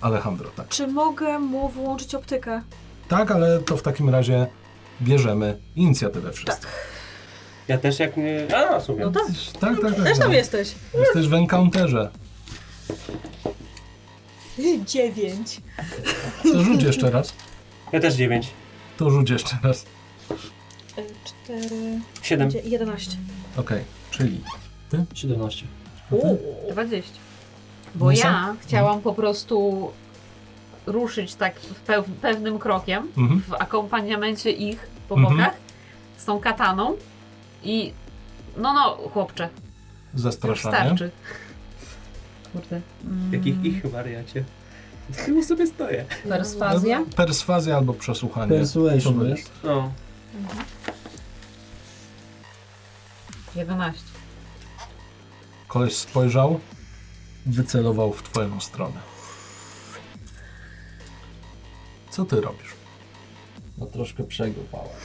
Alejandro. Tak, Czy mogę mu włączyć optykę? tak ale to w takim razie bierzemy inicjatywę wszyscy. Tak. Ja też jak nie... A, w sumie. No tak, Tak, tak, tak. też tam no. jesteś. Jesteś w encounterze. Dziewięć. To rzuć jeszcze raz. Ja też 9. To rzuć jeszcze raz. Y, Cztery. 7. dzie- Jedenaście. Okej, czyli 17. Mhm. 20. Bo Nisa? ja chciałam po prostu ruszyć tak w pew, pewnym krokiem mhm. w akompaniamencie ich po Mhm. bokach z tą kataną i no no chłopcze, Tak, zastraszanie. starczy. Kurde. Mm, Jakich ich wariacie. Chyba sobie stoję. Perswazja? Perswazja albo przesłuchanie. Co to Persuasion jest? jest? No. 11. Koleś spojrzał, wycelował w twoją stronę. Co ty robisz? No troszkę przegopałem.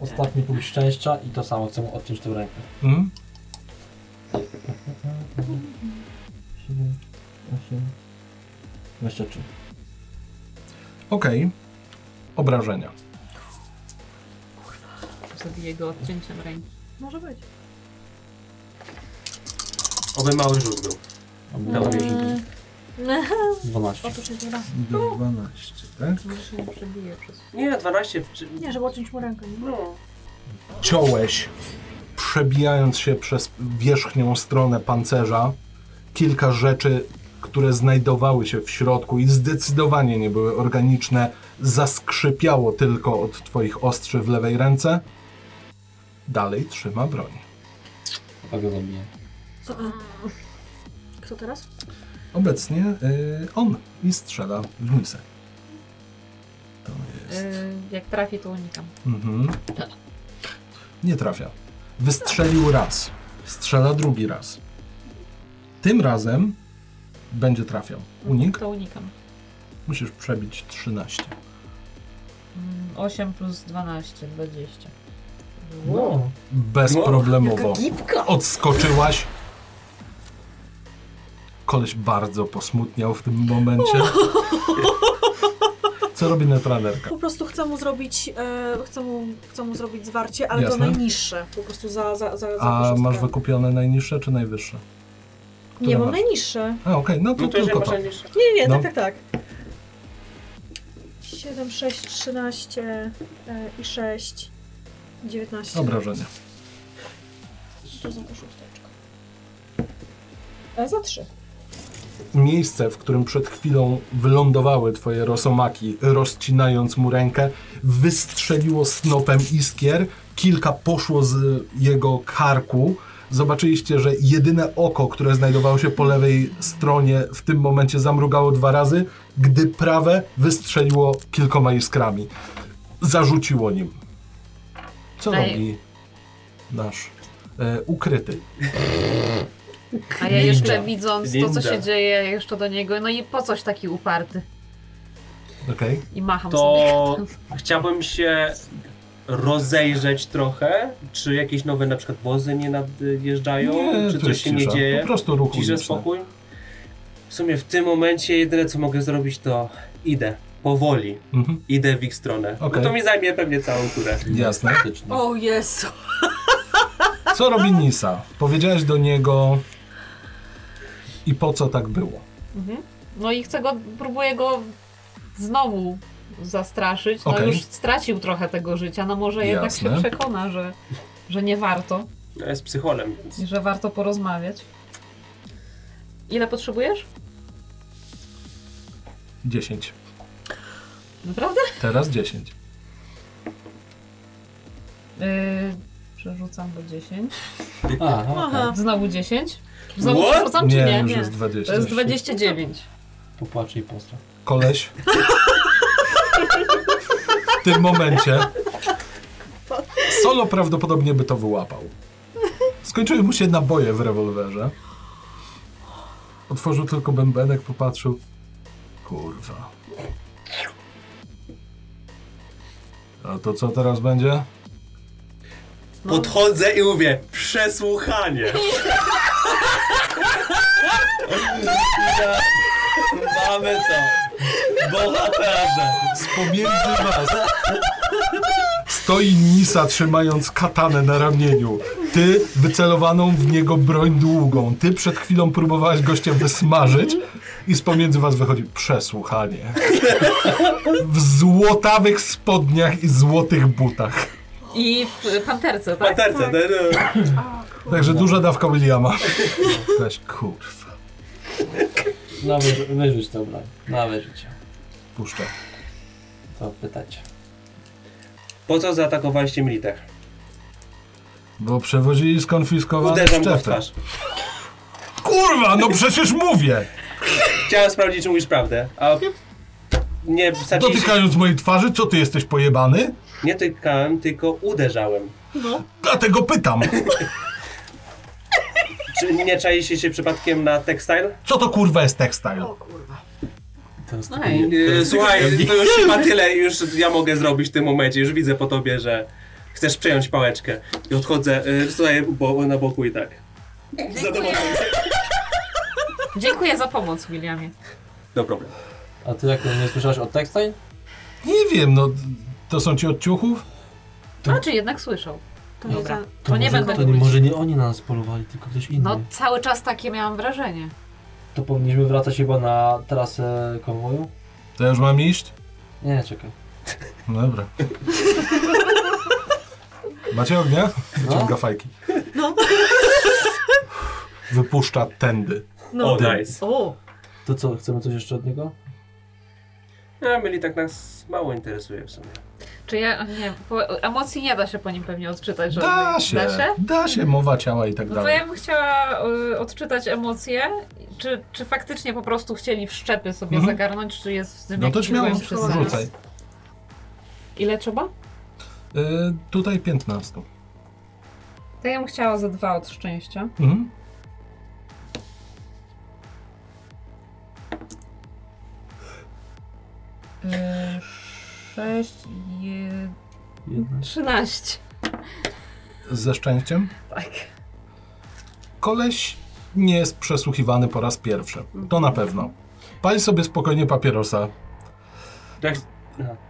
Ostatni punkt szczęścia i to samo, chcę mu odciąć tą rękę. Mhm. 7, 8, 23. Okej. Obrażenia. Zabiję go odcięciem ręki. Może być. Oby mały rzut był. A było Dobra. Eee, 12. Otóż jest dobra. 12, tak? Może się nie przebiję przez... Nie, 12. Czy... Nie, żeby odciąć mu rękę. nie? No. ciąłeś, przebijając się przez wierzchnią stronę pancerza, kilka rzeczy, które znajdowały się w środku i zdecydowanie nie były organiczne, zaskrzypiało tylko od twoich ostrzy w lewej ręce. Dalej trzyma broń. Chyba go zabiję. Kto teraz? Obecnie y, on i strzela w misę. To jest... Yy, jak trafię, to unikam. Mhm. Nie trafia. Wystrzelił raz. Strzela drugi raz. Tym razem będzie trafiał. Unik. To unikam. Musisz przebić 13. 8 plus 12, 20. No. Bezproblemowo. Gipka! Odskoczyłaś. Koleś bardzo posmutniał w tym momencie. Co robi netranerka? Po prostu chcę mu zrobić, e, chcę mu, chcę mu zrobić zwarcie, ale Jasne. to najniższe. Po prostu za, za, za, za A koszystkę. masz wykupione najniższe czy najwyższe? Nie, mam masz? najniższe. A, okej, no to No to jeżeli tylko masz to. najniższe. Nie, nie, No. tak, tak, tak. 7, 6, 13 e, i 6, 19. Obrażenia. To za koszulteczkę. E, za 3. miejsce, w którym przed chwilą wylądowały twoje rosomaki, rozcinając mu rękę, wystrzeliło snopem iskier. Kilka poszło z jego karku. Zobaczyliście, że jedyne oko, które znajdowało się po lewej stronie, w tym momencie zamrugało dwa razy, gdy prawe wystrzeliło kilkoma iskrami. Zarzuciło nim. Co Ej. robi nasz e, ukryty? A ja jeszcze Ninja. widząc to, co Ninja. się dzieje, jeszcze do niego, no i po coś taki uparty. Okej. I macham sobie. To chciałbym się rozejrzeć trochę, czy jakieś nowe na przykład wozy nie nadjeżdżają, czy tu coś jest się cisza. nie dzieje. Po prostu ruch Cisza, uliczny. spokój. W sumie w tym momencie jedyne co mogę zrobić to idę, powoli, Mhm. idę w ich stronę. Okej. Bo to mi zajmie pewnie całą turę. Jasne. Faktycznie. O Jezu! Co robi Nisa? Powiedziałeś do niego i po co tak było? Mhm. No i chcę go, próbuję go znowu zastraszyć. No Okej. już stracił trochę tego życia, no może jednak się Jasne. przekona, że, że nie warto, Ja jest psycholem, więc i że warto porozmawiać. Ile potrzebujesz? 10. Naprawdę? Teraz 10. Yy, przerzucam do 10. A, no okej. Aha. Znowu 10? Znowu What? przerzucam czy nie? już Nie. jest 20. To jest 29. Popłaczy i postra. Koleś. W tym momencie Solo prawdopodobnie by to wyłapał. Skończyły mu się naboje w rewolwerze. Otworzył tylko bębenek, popatrzył. Kurwa. A to co teraz będzie? No. podchodzę i mówię, przesłuchanie. Ja- Mamy to! Bohaterze! Z pomiędzy was stoi Nisa trzymając katanę na ramieniu. Ty wycelowaną w niego broń długą. Ty przed chwilą próbowałeś gościa wysmażyć i z pomiędzy was wychodzi przesłuchanie. W złotawych spodniach i złotych butach. I w panterce, tak? Paterce, tak. Także No. duża dawka Williama. Weź kurwa. No wy- wyrzuć to broń. No wyrzuć ją. Puszczę. To pytacie. Po co zaatakowaliście Militech? Bo przewozili skonfiskowane Uderzam go w szczepy. twarz. Kurwa, no przecież mówię! Chciałem sprawdzić, czy mówisz prawdę, a nie wsadziliście... Dotykając mojej twarzy, co ty jesteś pojebany? Nie tykałem, tylko uderzałem. Dlatego pytam, Czy nie czaiście się przypadkiem na textile? co to kurwa jest textile? O kurwa. To jest No i Słuchaj, to już chyba tyle, już ja mogę zrobić w tym momencie, już widzę po tobie, że chcesz przejąć pałeczkę. I odchodzę, y, stoję bo, na boku i tak. Dziękuję. Dziękuję za pomoc, Williamie. No problem. A ty jak nie słyszałeś o Textile? Nie wiem, no to są ci od ciuchów? A czy Znaczy, jednak słyszał? To nie Dobra. za... To nie może, będę to nie, mówić. Może nie oni na nas polowali, tylko ktoś inny. No Mhm. cały czas takie miałam wrażenie. To powinniśmy wracać chyba na trasę konwoju? To ja już mam iść? Nie, czekaj. No Dobra. Macie ognia? Wyciąga fajki. No. Wypuszcza tędy. No. o, nice. O! To co, chcemy coś jeszcze od niego? A myli tak nas mało interesuje w sumie. Czy ja, nie, po, emocji nie da się po nim pewnie odczytać, że Da się, da się? da się, mowa ciała i tak No to dalej. ja bym chciała y, odczytać emocje, czy, czy faktycznie po prostu chcieli w szczepy sobie Mhm. zagarnąć, czy jest w tym No to jakiś śmiało, głębszy sens. rzucaj. Ile trzeba? Y, tutaj 15. To ja bym chciała ze dwa od szczęścia. Mhm. Y, Sześć, je... Jedna. trzynaście. Ze szczęściem. Tak. Koleś nie jest przesłuchiwany po raz pierwszy. To na pewno. Pali sobie spokojnie papierosa. Jak,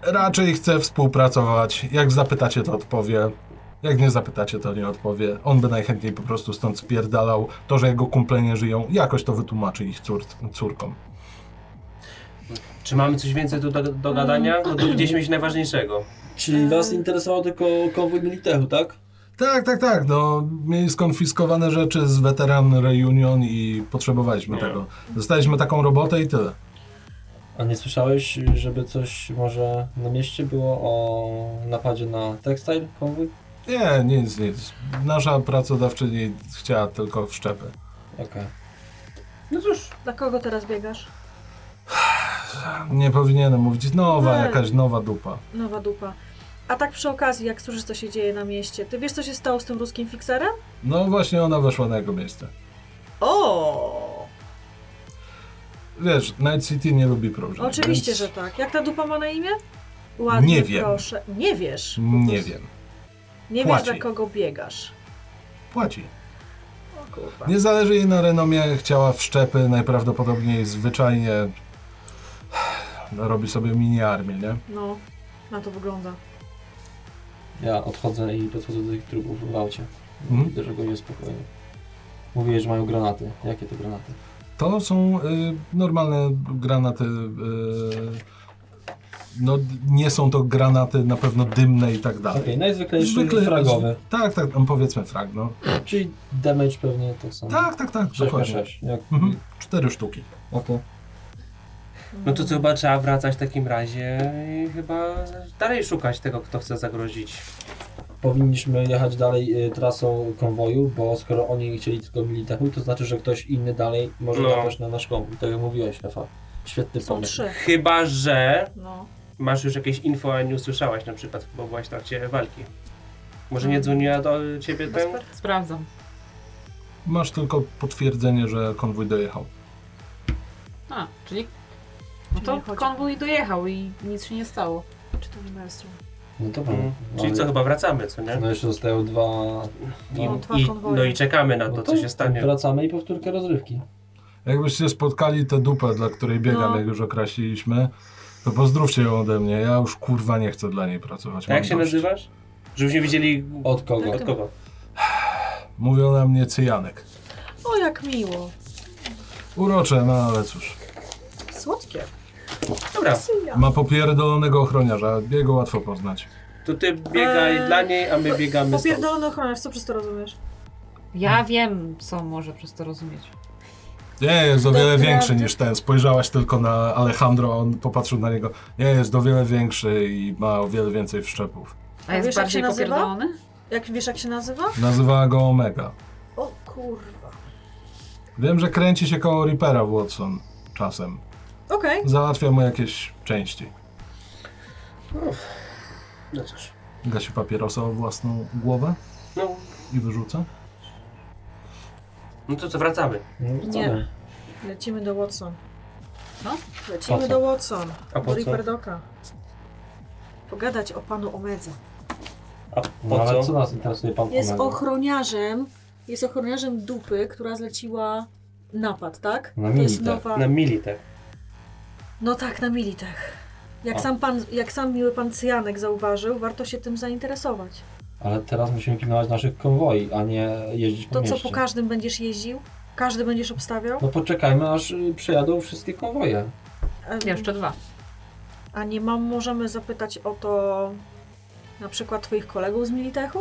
Raczej chce współpracować. Jak zapytacie, to odpowie. Jak nie zapytacie, to nie odpowie. On by najchętniej po prostu stąd spierdalał. To, że jego kumple nie żyją, jakoś to wytłumaczy ich cór córkom. czy mamy coś więcej do, No do, do gadania? Bo dowiedzieliśmy się najważniejszego. Czyli was interesował tylko konwój Militechu, tak? Tak, tak, tak. No, mieli skonfiskowane rzeczy z Veteran Reunion i potrzebowaliśmy Nie. tego. Dostaliśmy taką robotę i tyle. A nie słyszałeś, żeby coś może na mieście było o napadzie na Textile konwój? Nie, nic, nic. Nasza pracodawczyni chciała tylko wszczepy. Okej. No cóż, Dla kogo teraz biegasz? Nie powinienem mówić. Nowa, Nie. jakaś nowa dupa. Nowa dupa. A tak przy okazji, jak słyszysz, co się dzieje na mieście, ty wiesz, co się stało z tym ruskim fikserem? No właśnie ona weszła na jego miejsce. O! Wiesz, Night City nie lubi próżni. Oczywiście, więc że tak. Jak ta dupa ma na imię? Ładnie, Nie wiem. proszę. Nie wiesz. Nie wiem. Nie Płaci. wiesz, za kogo biegasz. Płaci. O kurwa. Nie zależy jej na renomie, chciała wszczepy, najprawdopodobniej zwyczajnie no, robi sobie mini armię, nie? No, na to wygląda. Ja odchodzę i podchodzę do tych trupów w aucie. Mhm. Mhm. Dużo go niespokojnie. Mówiłeś, że mają granaty. Jakie to granaty? To są y, normalne granaty. Y, no nie są to granaty na pewno dymne i tak Okej, dalej. najzwyklejszy fragowy. Tak, tak, no, powiedzmy frag, no. Czyli damage pewnie to są. Tak, tak, tak, 6 na dokładnie. 6. Jak... Mhm. Cztery sztuki. Okej. no to chyba trzeba wracać w takim razie i chyba dalej szukać tego, kto chce zagrozić. Powinniśmy jechać dalej y, trasą konwoju, bo skoro oni chcieli tylko militechu, to znaczy, że ktoś inny dalej może No. napaść na nasz konwój. Tak jak mówiłeś, Rafa. Świetny Są pomysł. trzy. Chyba, że No. masz już jakieś info, a nie usłyszałaś na przykład, bo byłaś w trakcie walki. Może nie dzwoniła do ciebie ten? Sprawdzam. Masz tylko potwierdzenie, że konwój dojechał. A, czyli... No Czyli nie to chodzi. konwój dojechał i nic się nie stało. Czy to nie maestro? No dobra. Mm. Czyli Ale- co, chyba wracamy, co nie? No jeszcze zostają dwa... I, No, dwa i, konwoje. no i czekamy na No to, co się stanie. Wracamy i powtórkę rozrywki. Jakbyście spotkali tę dupę, dla której biegam, No. jak już określiliśmy, to pozdrówcie ją ode mnie. Ja już kurwa nie chcę dla niej pracować. A Mam jak Tak się dość. nazywasz? Żebyśmy widzieli Od kogo? Tak, No od kogo. Mówią na mnie cyjanek. O, jak miło. Urocze, no ale cóż. Słodkie. Dobra, Syja. Ma popierdolonego ochroniarza, jego łatwo poznać. to ty biegaj Eee, dla niej, a my biegamy stąd. Popierdolony ochroniarz, co przez to rozumiesz? Hmm. Ja wiem, co może przez to rozumieć. Nie, jest o wiele Doprawdy. większy niż ten. Spojrzałaś tylko na Alejandro, on popatrzył na niego. Nie, jest o wiele większy i ma o wiele więcej wszczepów. A A jest wiesz, jak bardziej się nazywa? popierdolony? Jak wiesz, jak się nazywa? Nazywała go Omega. O kurwa. Wiem, że kręci się koło Reapera Watson czasem. Okej. Załatwia mu jakieś części. No cóż. Gasi papierosa o własną głowę No, i wyrzuca. no to co, wracamy. No, Nie. nie. Lecimy do Watson. No. Po co? Lecimy do Watson. A po do co? Riperdoka. Pogadać o panu Omedze. A No, po ale co co? nas interesuje pan Jest Komego? ochroniarzem, jest ochroniarzem dupy, która zleciła napad, tak? Na to jest Militech. nowa. Na tak. militech. No tak, na militech. Jak A. sam, pan, jak sam miły pan Cyjanek zauważył, warto się tym zainteresować. Ale teraz musimy pilnować naszych konwoi, a nie jeździć po To, mieście. co po każdym będziesz jeździł, każdy będziesz obstawiał, No poczekajmy, aż y, przejadą wszystkie konwoje. a, Jeszcze dwa. a nie mam, możemy zapytać o to na przykład twoich kolegów z militechu?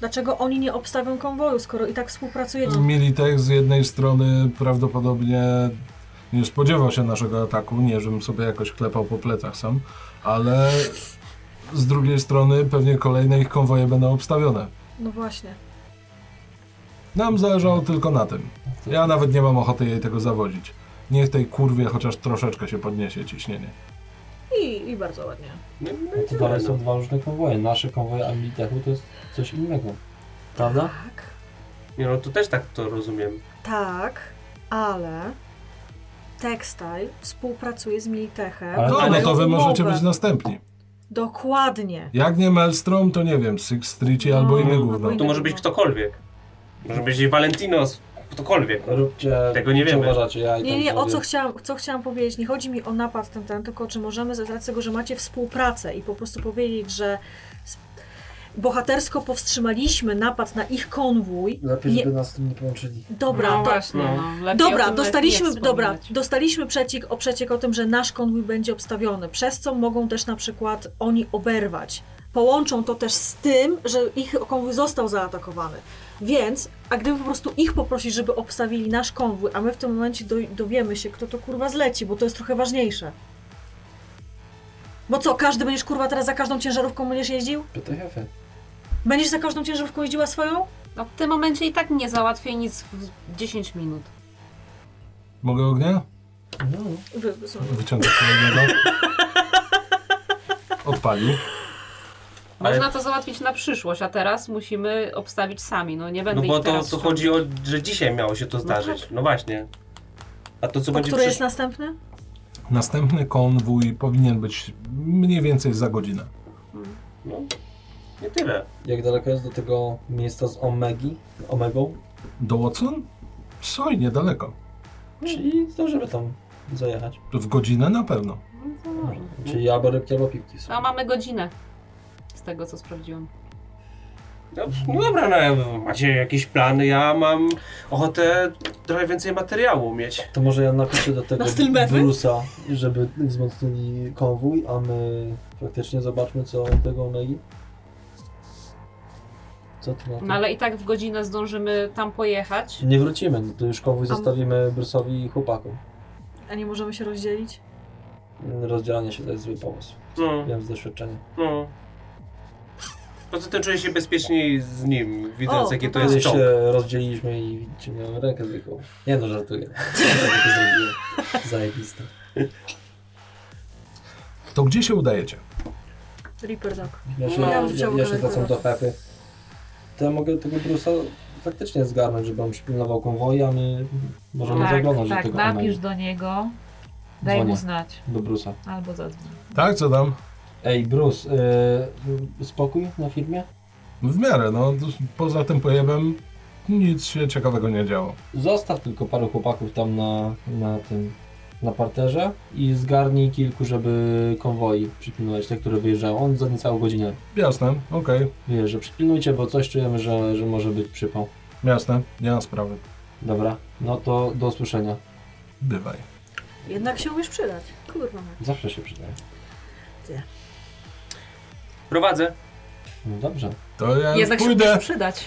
Dlaczego oni nie obstawią konwoju, skoro i tak współpracujecie? Mm. Militech z jednej strony prawdopodobnie nie spodziewał się naszego ataku, nie żebym sobie jakoś klepał po plecach sam, ale z drugiej strony pewnie kolejne ich konwoje będą obstawione. No właśnie. Nam zależało tylko na tym. Ja nawet nie mam ochoty jej tego zawodzić. Niech tej kurwie chociaż troszeczkę się podniesie ciśnienie. I, i bardzo ładnie. No, no No i to tyle, dalej no. są dwa różne konwoje. Nasze konwoje, a Militechu to jest coś innego. Prawda? Tak. Nie no, to też tak to rozumiem. Tak, ale Textile współpracuje z Militechem. Ale- No, Mają no to wy umowę. możecie być następni. Dokładnie. Jak nie Maelstrom, to nie wiem, Six Street No, albo inny no gówno. bo- To może być ktokolwiek. Może być Valentinos, ktokolwiek. No. Róbcie, Tego nie co wiemy. uważacie. Ja i Nie, ten nie, o człowiek. co chciałam, co chciałam powiedzieć, nie chodzi mi o napad ten, ten, tylko czy możemy z racji tego, że macie współpracę i po prostu powiedzieć, że s- bohatersko powstrzymaliśmy napad na ich konwój. Lepiej, Nie- żeby nas z tym nie połączyli. Dobra, no to, właśnie, no. no. Lepiej o Dobra, tym nawet nie dostaliśmy, wspominać. dobra, dostaliśmy przeciek, o przeciek o tym, że nasz konwój będzie obstawiony, przez co mogą też na przykład oni oberwać. Połączą to też z tym, że ich konwój został zaatakowany. Więc, a gdyby po prostu ich poprosić, żeby obstawili nasz konwój, a my w tym momencie do, dowiemy się, kto to kurwa zleci, bo to jest trochę ważniejsze. Bo co, każdy będziesz kurwa teraz za każdą ciężarówką będziesz jeździł? Pytaj Hefę. Będziesz za każdą ciężarówką jeździła swoją? No w tym momencie i tak nie załatwię nic w 10 minut. Mogę ognia? No, Wy, wy, są- Wyciągnę kolejnego. Odpalił. Ale- Można to załatwić na przyszłość, a teraz musimy obstawić sami. No nie będę No bo ich to, teraz to chodzi o, że dzisiaj miało się to zdarzyć. No właśnie. A to co o będzie który jest przysz- naszym? Następny konwój powinien być mniej więcej za godzinę. No, nie tyle. Jak daleko jest do tego miejsca z Omegi? Omegą? Do Watson? Soj, niedaleko. Czyli zdążymy tam zajechać. W godzinę na pewno. No to może. Czyli albo rybki, albo piwki są. A mamy godzinę. Z tego co sprawdziłam. Dobrze, No dobra, no ja- macie jakieś plany, ja mam ochotę trochę więcej materiału mieć. To może ja napiszę do tego Na styl mewy? Brusa, żeby wzmocnili konwój, a my faktycznie zobaczmy co od tego Omegi. Co ty na to? No ale i tak w godzinę zdążymy tam pojechać. Nie wrócimy, no to już konwój A- zostawimy Brusowi i chłopakom. A nie możemy się rozdzielić? Rozdzielanie się to jest zły pomysł. No, Wiem z doświadczenia. no. Poza tym czuję się bezpieczniej z nim, widząc O, jakie to no jest Kiedyś czołg. się rozdzieliliśmy i widzicie, miałem rękę zwykłą. Nie no, żartuję. Tak to zrobiłem. Zajebiste. To gdzie się udajecie? Reaper Dog. Ja się, No, ja, wrzuciłam ja go się na zwracam górę. do Hefy. To ja mogę tego Brusa faktycznie zgarnąć, żeby on przypilnował konwoi, a my możemy tak, zaglądać tak, do No, tego napisz Ameli. do niego. Daj Dzwonię mu znać. do Brusa. Albo zadzwoń. Tak, co tam? Ej, Bruce, y, spokój na firmie? W miarę, no. Poza tym pojebem nic się ciekawego nie działo. Zostaw tylko paru chłopaków tam na, na tym, na parterze i zgarnij kilku, żeby konwoi przypilnować, te, które wyjeżdżają. On za niecałą godzinę Jasne, okej, wyjeżdża. Przypilnujcie, bo coś czujemy, że, że może być przypał. jasne, nie ma sprawy. Dobra, no to do usłyszenia. Bywaj. Jednak się umiesz przydać. Kurwa. Zawsze się przydaje. Prowadzę. No dobrze. To ja Jednak się pójdę. musisz przydać.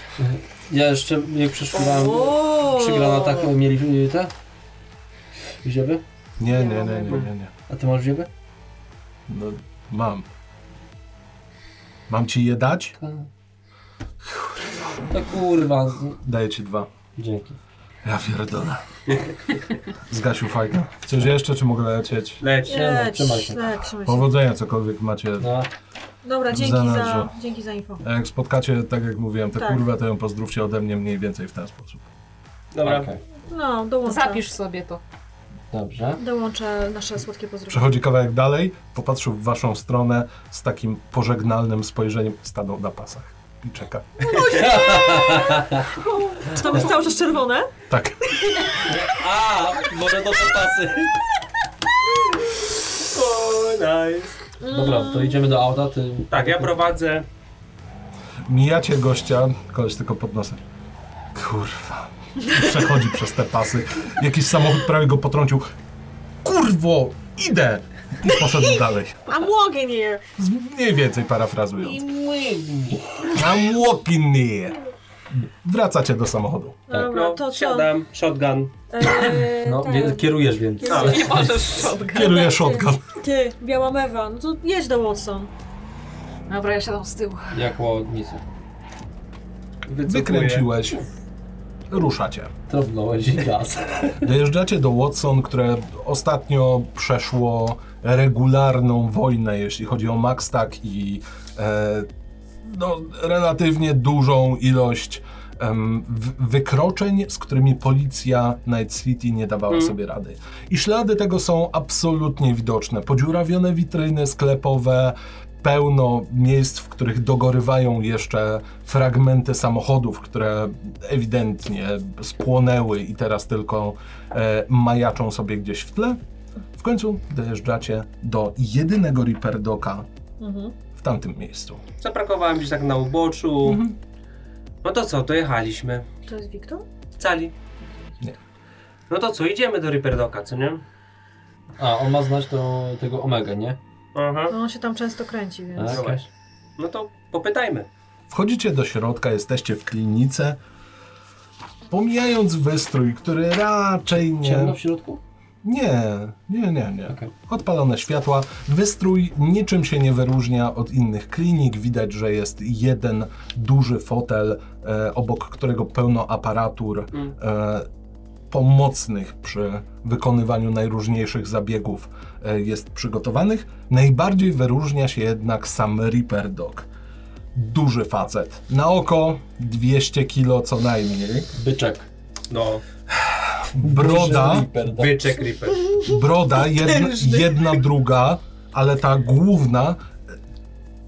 Ja jeszcze nie przeszkodałem przy granatach, mieli te ziewy? Nie, nie, nie, nie, nie, nie. A ty masz ziewy? No, mam. Mam ci je dać? Tak. No kurwa. z- Daję ci dwa. Dzięki. Ja pierdolę. Zgasił fajkę. Coś jeszcze, czy mogę lecieć? Leć. Trzymaj, Leć, trzymaj się. leć, trzymaj się. Powodzenia, cokolwiek macie. No, Dobra, dzięki zanadrzu. za, dzięki za info. A Jak spotkacie, tak jak mówiłem, tę Tak. kurwę, to ją pozdrówcie ode mnie mniej więcej w ten sposób. Dobra. okej. No, dołączę. Zapisz sobie to. Dobrze. Dołączę nasze słodkie pozdrowienia. Przechodzi kawałek dalej, popatrzył w waszą stronę z takim pożegnalnym spojrzeniem, stadą na pasach i czeka. Czy to jest cały czas czerwone? Tak, A, może to są pasy. O, nice. Dobra, to idziemy do auta, ty... Tak, ja prowadzę. mijacie gościa, koleś tylko pod nosem. Kurwa. Przechodzi przez te pasy. Jakiś samochód prawie go potrącił. Kurwo, idę! I poszedł dalej. I'm walking here! Z- Mniej więcej parafrazując. Ui. I'm walking here. Wracacie do samochodu. Tak, Dobra, No, to co? siadam. Shotgun. Eee, No, tak. wie, kierujesz więc. Jest- Nie możesz shotgun. Kieruje shotgun. Ty, biała mewa, no to jedź do Watson. Dobra, ja siadam z tyłu. Jak łodnicę. Wycofuję. Wykręciłeś. Ruszacie. Trudno, dzień gaz. Dojeżdżacie do Watson, które ostatnio przeszło regularną wojnę, jeśli chodzi o Maxtag i e, no, relatywnie dużą ilość em, w- wykroczeń, z którymi policja Night City nie dawała Mm. sobie rady. I ślady tego są absolutnie widoczne. Podziurawione witryny sklepowe, pełno miejsc, w których dogorywają jeszcze fragmenty samochodów, które ewidentnie spłonęły i teraz tylko e, majaczą sobie gdzieś w tle. W końcu dojeżdżacie do jedynego Reaperdoka Mhm. w tamtym miejscu. Zaprakowałem gdzieś tak na uboczu. Mhm. No to co, dojechaliśmy. To jest Wiktor? Cali. Nie. No to co, idziemy do Ripperdoka, co nie? A, on ma znać to, tego Omega, nie? Aha. No on się tam często kręci, więc... Tak. No właśnie. No to popytajmy. Wchodzicie do środka, jesteście w klinice. Pomijając wystrój, który raczej Ciemno nie. w środku? Nie, nie, nie, nie. Okej. Odpalone światła. Wystrój niczym się nie wyróżnia od innych klinik. Widać, że jest jeden duży fotel, e, obok którego pełno aparatur Mm. e, pomocnych przy wykonywaniu najróżniejszych zabiegów e, jest przygotowanych. Najbardziej wyróżnia się jednak sam Reaper Dog. Duży facet. Na oko 200 kilo co najmniej. Byczek. No, Broda. tak. wyczek Ripper. broda, jedna, jedna druga, ale ta główna e,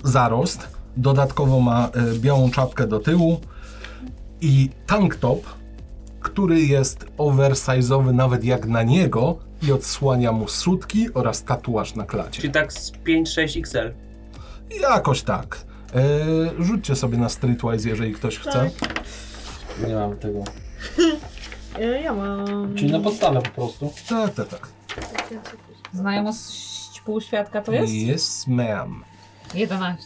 zarost. Dodatkowo ma e, białą czapkę do tyłu i tank top, który jest oversize'owy nawet jak na niego i odsłania mu sutki oraz tatuaż na klacie. Czyli tak z 5-6 XL. Jakoś tak. E, rzućcie sobie na Streetwise, jeżeli ktoś chce. Tak. Nie mam tego. Ja, E, ja mam... Czyli na podstawę po prostu. Tak, tak, tak. Znajomość półświadka to jest? Yes, ma'am. 11.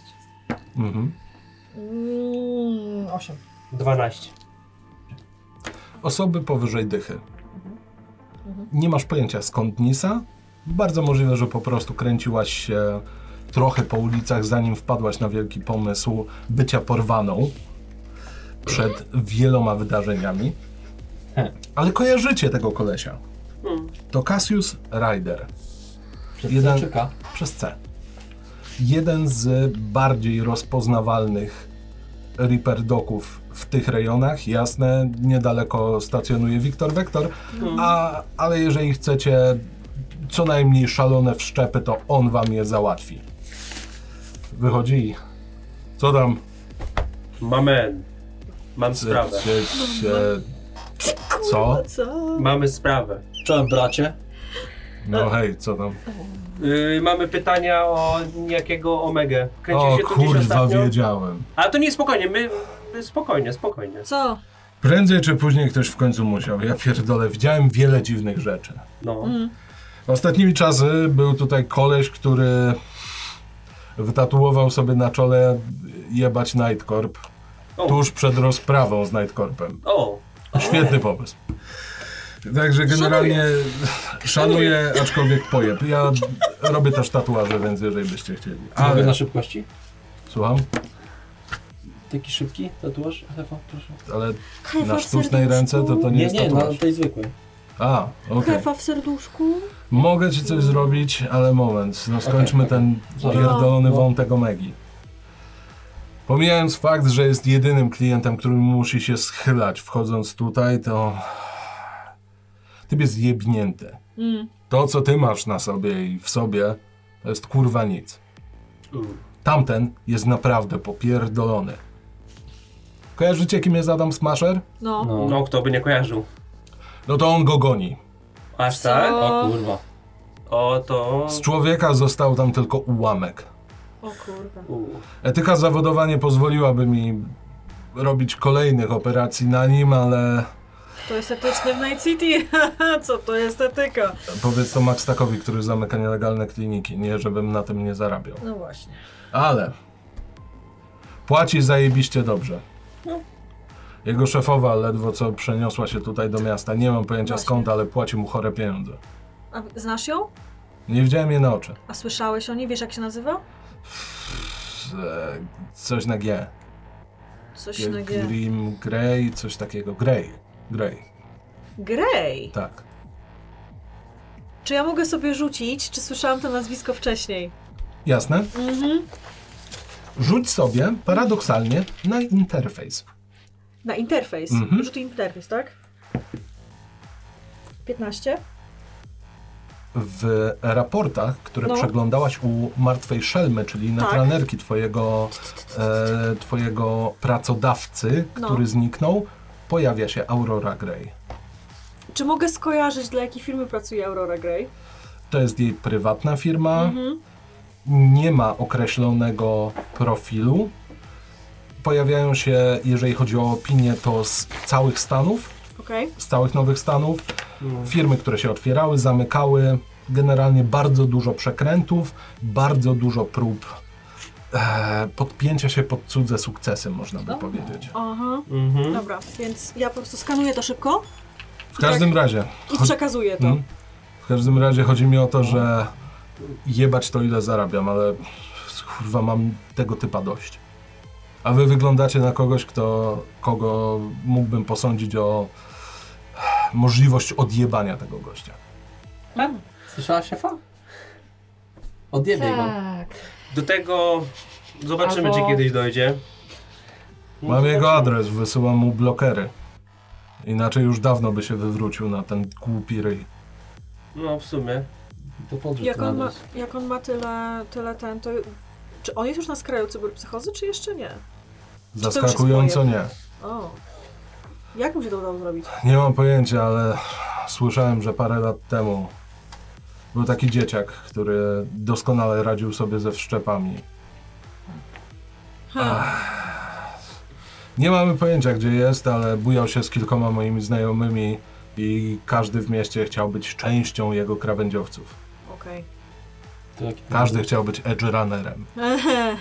Mhm. Mm, osiem. 12. Osoby powyżej dychy. Nie masz pojęcia skąd Nisa. Bardzo możliwe, że po prostu kręciłaś się trochę po ulicach, zanim wpadłaś na wielki pomysł bycia porwaną przed wieloma wydarzeniami. He. Ale kojarzycie tego kolesia. Hmm. To Cassius Ryder Przez Jeden- Byczeka. przez C. Jeden z bardziej rozpoznawalnych Reaper Doków w tych rejonach. Jasne, niedaleko stacjonuje Wiktor Wektor, a, ale jeżeli chcecie co najmniej szalone wszczepy, to on wam je załatwi. Wychodzi i... Co tam? Mamen. Mam Czy- sprawę. czy- czy- Co? Co? Mamy sprawę. Czołem bracie. No hej, co tam? Yy, mamy pytania o jakiego Omegę. Kręcił O się tu gdzieś kurwa, ostatnio. wiedziałem. Ale to nie spokojnie, my, my spokojnie, spokojnie. Co? Prędzej czy później ktoś w końcu musiał. Ja pierdolę, widziałem wiele dziwnych rzeczy. No. Mm. Ostatnimi czasy był tutaj koleś, który wytatuował sobie na czole jebać Nightcorp O. tuż przed rozprawą z Nightcorpem. O, Świetny pomysł. Także generalnie szanuję, aczkolwiek pojeb. Ja robię też tatuaże, więc jeżeli byście chcieli. Mogę na Ale, szybkości? słucham, Taki szybki tatuaż? Hefa, proszę. ale na Hefa w sztucznej ręce to to nie Nie, no. jest nie, na tatuaż. tej zwykłej. A, okej. Hefa w serduszku? Mogę ci coś zrobić, ale moment. No skończmy Okej, ten Sorry. pierdolony No. wątek Omegi. Pomijając fakt, że jest jedynym klientem, który musi się schylać wchodząc tutaj, to... Ty jest jebnięty. Mm. To, co ty masz na sobie i w sobie, to jest kurwa nic. Mm. Tamten jest naprawdę popierdolony. Kojarzycie, kim jest Adam Smasher? No. No. no kto by nie kojarzył. No to on go goni. Aż Co? tak? O kurwa. O, to... Z człowieka został tam tylko ułamek. O kurwa. U. Etyka zawodowa nie pozwoliłaby mi robić kolejnych operacji na nim, ale To jest etyczne w Night City. Co to jest etyka? powiedz to Max Takowi, który zamyka nielegalne kliniki, nie żebym na tym nie zarabiał. No właśnie. Ale płaci zajebiście dobrze. Jego szefowa ledwo co przeniosła się tutaj do miasta. Nie mam pojęcia Właśnie. skąd, ale płaci mu chore pieniądze. A znasz ją? Nie widziałem jej na oczy. A słyszałeś o niej? Wiesz jak się nazywa? Pff, e, Coś na G. Coś G- na G. Grim Grey, coś takiego. Grey. Grey, Grey! tak. Czy ja mogę sobie rzucić, czy słyszałam to nazwisko wcześniej? Jasne? Mhm. Rzuć sobie paradoksalnie na interfejs. Na interfejs. Mhm. Rzut interfejs, tak? 15? W raportach, które No. Tak. przeglądałaś u martwej szelmy, czyli natranerki twojego, e, twojego pracodawcy, No. który zniknął, pojawia się Aurora Grey. Czy mogę skojarzyć, dla jakiej firmy pracuje Aurora Grey? To jest jej prywatna firma, Mhm. nie ma określonego profilu. Pojawiają się, jeżeli chodzi o opinie, to z całych stanów, Okej. z całych nowych stanów. Mm. firmy, które się otwierały, zamykały. Generalnie bardzo dużo przekrętów, bardzo dużo prób e, podpięcia się pod cudze sukcesy, można by powiedzieć. Aha. Mhm. Dobra, więc ja po prostu skanuję to szybko W każdym razie, i przekazuję to. Mm. w każdym razie chodzi mi o to, że jebać to ile zarabiam, ale kurwa mam tego typa dość. A wy wyglądacie na kogoś, kto, kogo mógłbym posądzić o możliwość odjebania tego gościa. Słyszałaś szefa? Odjebiej go. Tak. Do tego zobaczymy, Albo- czy kiedyś dojdzie. Mam jego adres, wysyłam mu blokery. Inaczej już dawno by się wywrócił na ten głupi ryj. No, w sumie. To No podrzuć Jak ten on, ma, adres. jak on ma tyle, tyle ten, to... Czy on jest już na skraju cyberpsychozy, czy jeszcze nie? Zaskakująco nie. O. Jak mu się to udało zrobić? Nie mam pojęcia, ale słyszałem, że parę lat temu był taki dzieciak, który doskonale radził sobie ze wszczepami. Ha. Nie mamy pojęcia, gdzie jest, ale bujał się z kilkoma moimi znajomymi i każdy w mieście chciał być częścią jego krawędziowców. Okej. To jaki- Każdy chciał być edge runnerem. Mhm.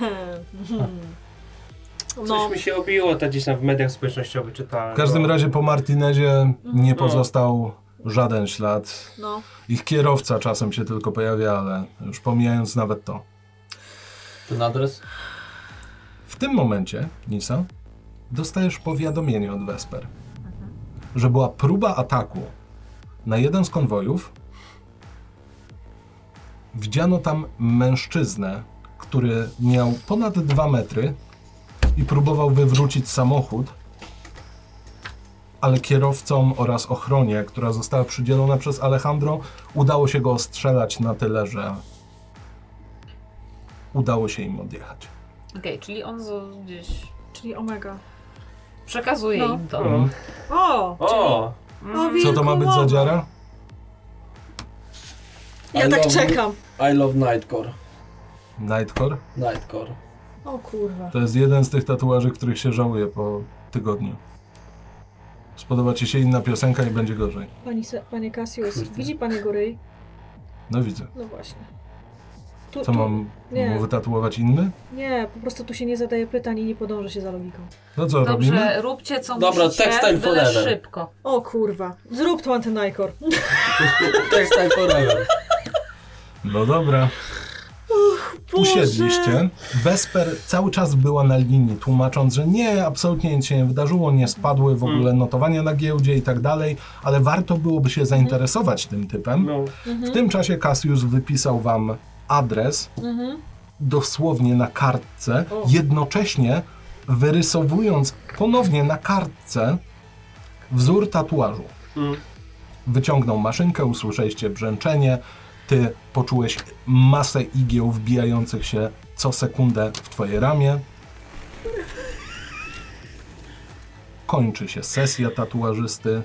Coś No, mi się obiło, to gdzieś tam w mediach społecznościowych czytałem. W każdym no. razie po Martinezie nie No. pozostał żaden ślad. no. Ich kierowca czasem się tylko pojawia, ale już pomijając nawet to. Ten adres? W tym momencie, Nisa, dostajesz powiadomienie od Vesper, że była próba ataku na jeden z konwojów. Widziano tam mężczyznę, który miał ponad 2 metry i próbował wywrócić samochód, ale kierowcom oraz ochronie, która została przydzielona przez Alejandro, udało się go ostrzelać na tyle, że udało się im odjechać. Okej, czyli on z, gdzieś Czyli Omega. Przekazuję No. im to. O, O! mhm. o, o Co to ma być za dziara? Ja I tak love- czekam. I love Nightcore. Nightcore? Nightcore. O kurwa. To jest jeden z tych tatuaży, których się żałuję po tygodniu. Spodoba ci się inna piosenka i będzie gorzej. Pani, se- panie Cassius, Kurde. widzi pan jego ryj? No widzę. No właśnie. Tu, Co tu, mam nie. mu wytatuować inny? Nie, po prostu tu się nie zadaje pytań i nie podąża się za logiką. No co robimy? Dobrze, róbcie co Dobra, musicie, textile byle forever. szybko. O kurwa. Zrób tu antenajkor. Textile Forever. No dobra. Usiedliście. Vesper cały czas była na linii, tłumacząc, że nie, absolutnie nic się nie wydarzyło, nie spadły w ogóle notowania na giełdzie i tak dalej, ale warto byłoby się zainteresować tym typem. no. W tym czasie Cassius wypisał wam adres Mhm. dosłownie na kartce, O. jednocześnie wyrysowując ponownie na kartce wzór tatuażu. Mm. Wyciągnął maszynkę, usłyszeliście brzęczenie, ty poczułeś masę igieł wbijających się co sekundę w twoje ramię. Kończy się sesja tatuażysty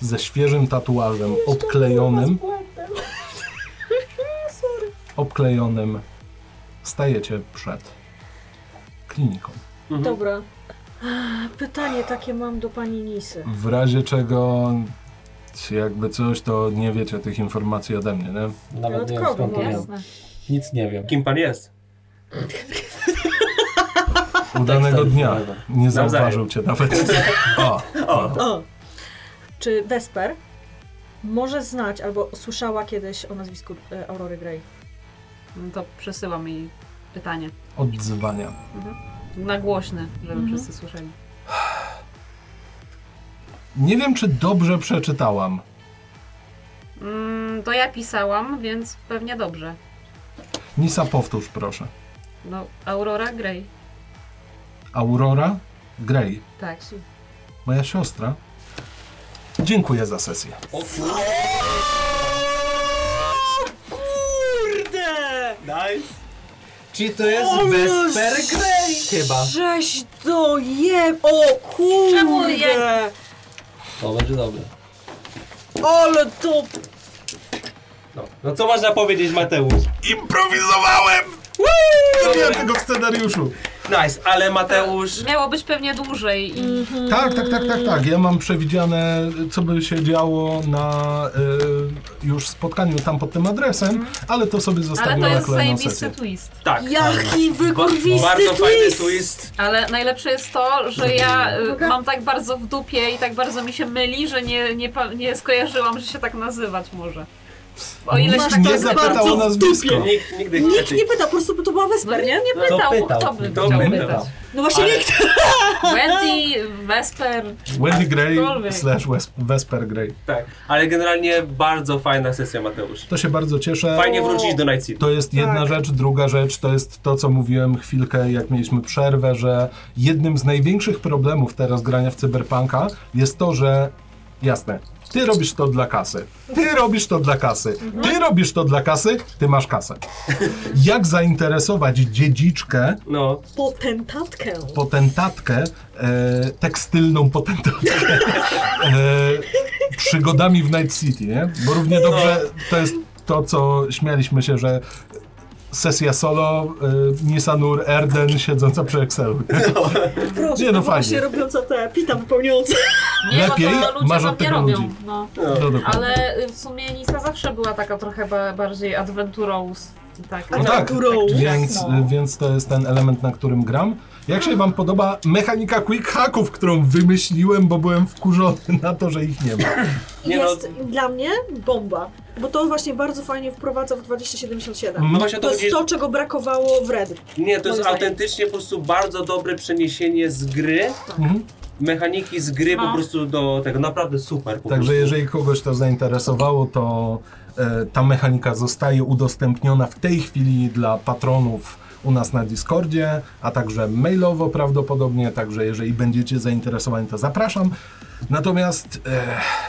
ze świeżym tatuażem obklejonym obklejonym stajecie przed kliniką. Mhm. Dobra. Ah, Pytanie takie mam do pani Nisy. W razie czego jakby coś, to nie wiecie tych informacji ode mnie, nie? Nawet nie wiem Dodatkowo, skąd to no. wiem. Jasne. Nic nie wiem. Kim pan jest? Udanego Textile dnia. Forever. Nie zauważył cię nawet. O, O, O! Czy Vesper może znać albo słyszała kiedyś o nazwisku e, Aurory Grey? No to przesyłam jej pytanie. odzwania. Na głośny, żeby Mhm. wszyscy słyszeli. Nie wiem, czy dobrze przeczytałam. Mm, to ja pisałam, więc pewnie dobrze. Nisa, powtórz proszę. No, Aurora Grey. Aurora Grey, Tak. moja siostra. Dziękuję za sesję. Kurde! nice. Czyli to jest O, Vesper Jezus. Grey chyba. Żeś dojem! O kurde! Czemu ja- To będzie dobre. Ale to... No. no co można powiedzieć Mateusz? Improwizowałem! Nie miałem tego w scenariuszu. Nice, ale Mateusz... Miało być pewnie dłużej i Mhm. Tak, tak, tak, tak, tak. Ja mam przewidziane, co by się działo na y, już spotkaniu tam pod tym adresem, ale to sobie Mhm. Ale zostawiam to na jest kolejną zajebisty sesję. twist. Tak. Jaki Ba- wykurwisty bardzo fajny twist! twist. Ale najlepsze jest to, że ja y, Mogę? mam tak bardzo w dupie i tak bardzo mi się myli, że nie, nie, pa- nie skojarzyłam, że się tak nazywać może. O ile się Masz tak nie tak zapytał bardzo o w nazwisko. Nikt nigdy Nikt raczej- nie pyta, po prostu by to była No Vesper, nie, nie? nie Kto pytał, pytał? kto by Kto chciał pytał? pytać. No właśnie Ale- nikt! Wendy, Vesper, Wendy Gray Aczkolwiek. slash Wes- Vesper Gray. Tak, ale generalnie bardzo fajna sesja Mateusz. To się bardzo cieszę. Fajnie wrócić do Night City. To jest jedna rzecz. Druga rzecz to jest to, co mówiłem chwilkę, jak mieliśmy przerwę, że jednym z największych problemów teraz grania w cyberpunka jest to, że jasne, ty robisz to dla kasy, ty robisz to dla kasy, ty robisz to dla kasy, ty masz kasę. Jak zainteresować dziedziczkę, No, Potentatkę. potentatkę, e, tekstylną potentatkę e, przygodami w Night City, nie? Bo równie dobrze to jest to, co śmialiśmy się, że sesja solo, e, Nisanur Erden siedząca przy Excelu. Proszę, Nie, no fajnie. no właśnie robiąca te pita wypełniające. nie, Lepiej bo to ludzie masz wam od nie tego robią. ludzi. No. No, dokładnie. Ale y, w sumie Nisa zawsze była taka trochę ba- bardziej adwenturą. s- Tak, No tak, Naturą. więc, e, więc to jest ten element, na którym gram. Jak się wam podoba mechanika quick hacków, którą wymyśliłem, bo byłem wkurzony na to, że ich nie ma. Nie no. Jest dla mnie bomba, bo to właśnie bardzo fajnie wprowadza w 2077. no właśnie o To to jest chodzi. to, czego brakowało w Red. Nie, to moim jest zdaniem. autentycznie po prostu bardzo dobre przeniesienie z gry, Mhm. mechaniki z gry po No. prostu do tego. Naprawdę super po Także prostu. jeżeli kogoś to zainteresowało, to e, ta mechanika zostaje udostępniona w tej chwili dla patronów u nas na Discordzie, a także mailowo prawdopodobnie, także jeżeli będziecie zainteresowani, to zapraszam. Natomiast e,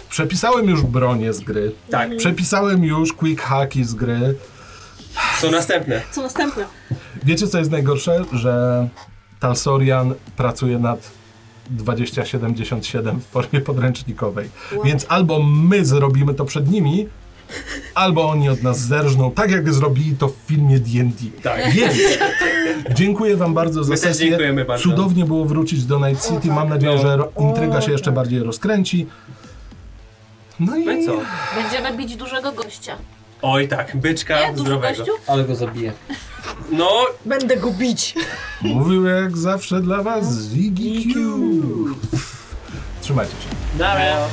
przepisałem już bronię z gry, Tak, przepisałem już quick hacki z gry. są następne. Co następne? Wiecie co jest najgorsze? Że Talsorian pracuje nad 2077 w formie podręcznikowej. Wow. Więc albo my zrobimy to przed nimi, albo oni od nas zerżną, tak jak zrobili to w filmie D&D. Tak. Więc dziękuję wam bardzo za My też sesję. dziękujemy bardzo. Cudownie było wrócić do Night City. Mam nadzieję, No. że ro- intryga O, się jeszcze tak. bardziej rozkręci. No i, No i co? Będziemy bić dużego gościa. Oj tak, byczka Nie, duży zdrowego. gościu? Ale go zabiję. No, Będę go bić. mówił jak zawsze dla was Ziggy Q. Trzymajcie się. dobra.